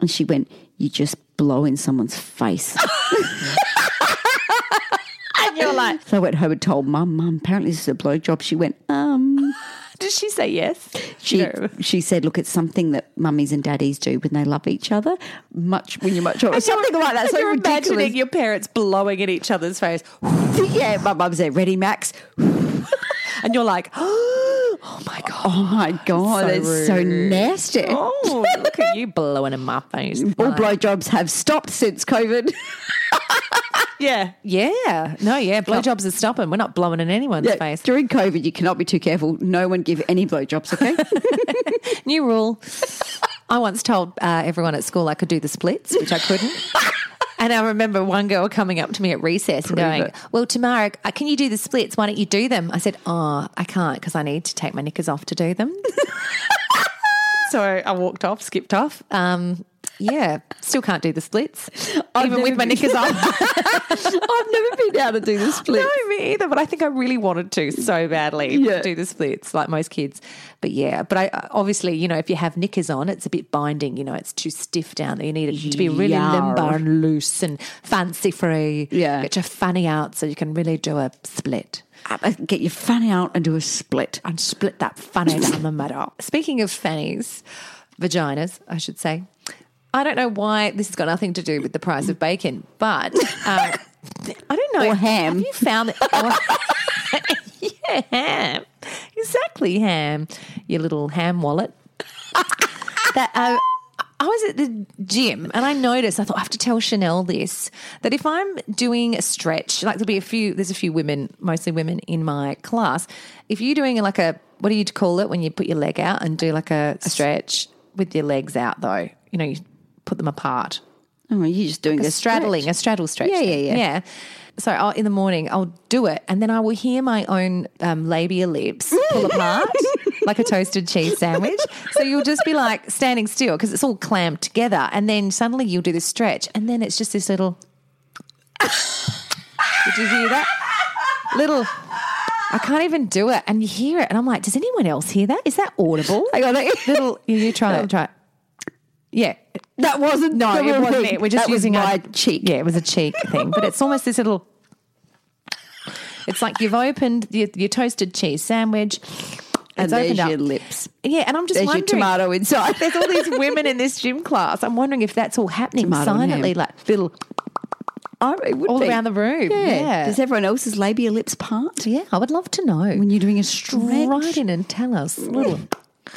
S1: And she went, you just blow in someone's face. and you're like, so I went home and told mum, mum, apparently this is a blowjob. She went, um,
S2: Did she say yes?
S1: she,
S2: No.
S1: she said, look, it's something that mummies and daddies do when they love each other. Much, when you're much older.
S2: And you're-
S1: Something like that.
S2: and
S1: So
S2: you're
S1: ridiculous.
S2: imagining your parents blowing at each other's face,
S1: yeah, my mum said, ready, Max?
S2: and you're like, "Oh my god!"
S1: Oh my God,
S2: So
S1: it's so
S2: rude.
S1: nasty.
S2: Oh, look at you blowing in my face.
S1: All blowjobs have stopped since COVID.
S2: Yeah. Yeah. No, yeah. Blowjobs are stopping. We're not blowing in anyone's
S1: Yeah,
S2: face.
S1: During COVID, you cannot be too careful. No one give any blowjobs, okay?
S2: New rule. I once told uh, everyone at school I could do the splits, which I couldn't. And I remember one girl coming up to me at recess and going,
S1: it.
S2: Well, Tamara, uh, can you do the splits? Why don't you do them? I said, Oh, I can't because I need to take my knickers off to do them. so I walked off, skipped off. Um, yeah, still can't do the splits, even
S1: never
S2: with my
S1: been-
S2: knickers on.
S1: I've never been down to do the split.
S2: No, me either. But I think I really wanted to so badly
S1: Yeah.
S2: do the splits, like most kids. But yeah, but I obviously, you know, if you have knickers on, it's a bit binding. You know, it's too stiff down there. You need it to be really
S1: Yeah.
S2: limber and loose and fancy free.
S1: Yeah.
S2: get your fanny out so you can really do a split
S1: Uh, Get your fanny out and do a split.
S2: and split that fanny down the middle. Speaking of fannies, vaginas, I should say. I don't know why this has got nothing to do with the price of bacon, but uh, I don't know.
S1: Or ham.
S2: Have you found that? yeah, ham. Exactly, ham. Your little ham wallet. that uh, I was at the gym and I noticed. I thought I have to tell Chanel this that if I'm doing a stretch, like there'll be a few. There's a few women, mostly women in my class. If you're doing like a what do you call it when you put your leg out and do like a stretch with your legs out though? You know, you put them apart
S1: Oh, you're just doing
S2: a
S1: the
S2: straddling,
S1: split.
S2: a straddle stretch.
S1: Yeah, yeah,
S2: thing.
S1: yeah.
S2: Yeah. So I'll, in the morning, I'll do it, and then I will hear my own um, labial lips pull apart like a toasted cheese sandwich. So you'll just be like standing still because it's all clamped together, and then suddenly you'll do this stretch, and then it's just this little. Did you hear that? Little. I can't even do it. And you hear it. And I'm like, does anyone else hear that? Is that audible?
S1: Hang on, that-
S2: Little, you, you try it, try it. Yeah.
S1: That wasn't
S2: No,
S1: the
S2: it
S1: real
S2: wasn't
S1: thing.
S2: it. We're just
S1: That was
S2: using
S1: my
S2: our
S1: cheek.
S2: Yeah, it was a cheek thing. But it's almost this little. It's like you've opened your, your toasted cheese sandwich. It's
S1: And there's
S2: opened up.
S1: your lips.
S2: Yeah, and I'm just
S1: There's your
S2: wondering.
S1: tomato inside.
S2: There's all these women in this gym class. I'm wondering if that's all happening
S1: Tomato and ham.
S2: silently, like little.
S1: I, it would
S2: All
S1: be.
S2: around the room.
S1: Yeah.
S2: Yeah.
S1: Does everyone else's labia lips part?
S2: Yeah, I would love to know.
S1: When you're doing a stretch.
S2: Write in and tell us. Little.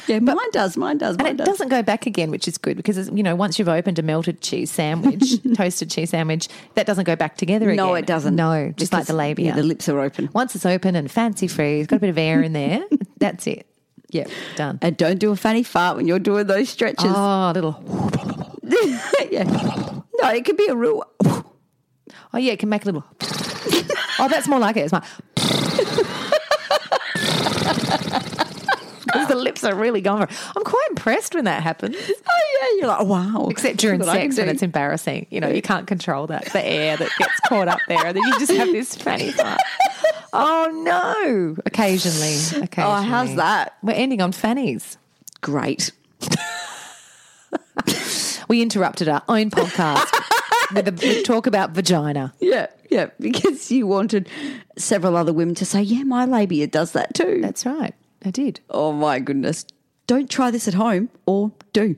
S1: Yeah, mine does. Mine does.
S2: And
S1: Mine
S2: it
S1: does.
S2: doesn't go back again, which is good because, it's- you know, once you've opened a melted cheese sandwich, toasted cheese sandwich, that doesn't go back together again.
S1: No, it doesn't.
S2: No, just like
S1: Because,
S2: the labia.
S1: Yeah, the lips are open.
S2: Once it's open and fancy free, it's got a bit of air in there. That's it.
S1: Yeah,
S2: Done.
S1: And don't do a fanny fart when you're doing those stretches.
S2: Oh, little.
S1: yeah. No, it could be a real.
S2: Oh, yeah, it can make a little. oh, that's more like it. It's my. Because the lips are really gone. for it. I'm quite impressed when that happens.
S1: Oh yeah, you're like wow.
S2: Except during
S1: That's what I
S2: sex
S1: can
S2: when
S1: do.
S2: it's embarrassing. You know, you can't control that, the air that gets caught up there, and then you just have this fanny fart. Oh, no. Occasionally. Occasionally.
S1: Oh, how's that?
S2: We're ending on fannies.
S1: Great.
S2: We interrupted our own podcast with a with talk about vagina.
S1: Yeah, yeah. Because you wanted several other women to say, "Yeah, my labia does that too."
S2: That's right. I did.
S1: oh my goodness. Don't try this at home, or do.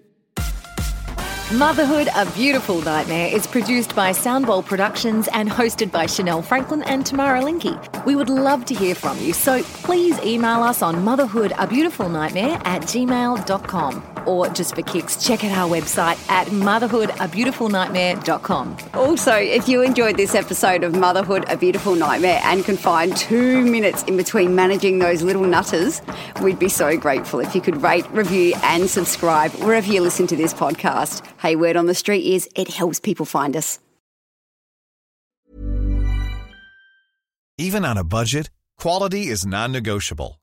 S3: Motherhood, a Beautiful Nightmare is produced by Soundbowl Productions and hosted by Chanel Franklin and Tamara Linky. We would love to hear from you, so please email us on motherhoodabeautifulnightmare at gmail.com. Or just for kicks, check out our website at motherhoodabeautifulnightmare.com.
S4: Also, if you enjoyed this episode of Motherhood a Beautiful Nightmare and can find two minutes in between managing those little nutters, we'd be so grateful if you could rate, review, and subscribe wherever you listen to this podcast. Hey, word on the street is it helps people find us.
S7: Even on a budget, quality is non-negotiable.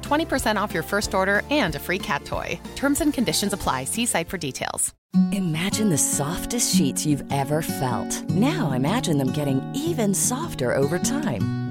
S8: 20% off your first order and a free cat toy. Terms and conditions apply. See site for details.
S9: Imagine the softest sheets you've ever felt. Now imagine them getting even softer over time.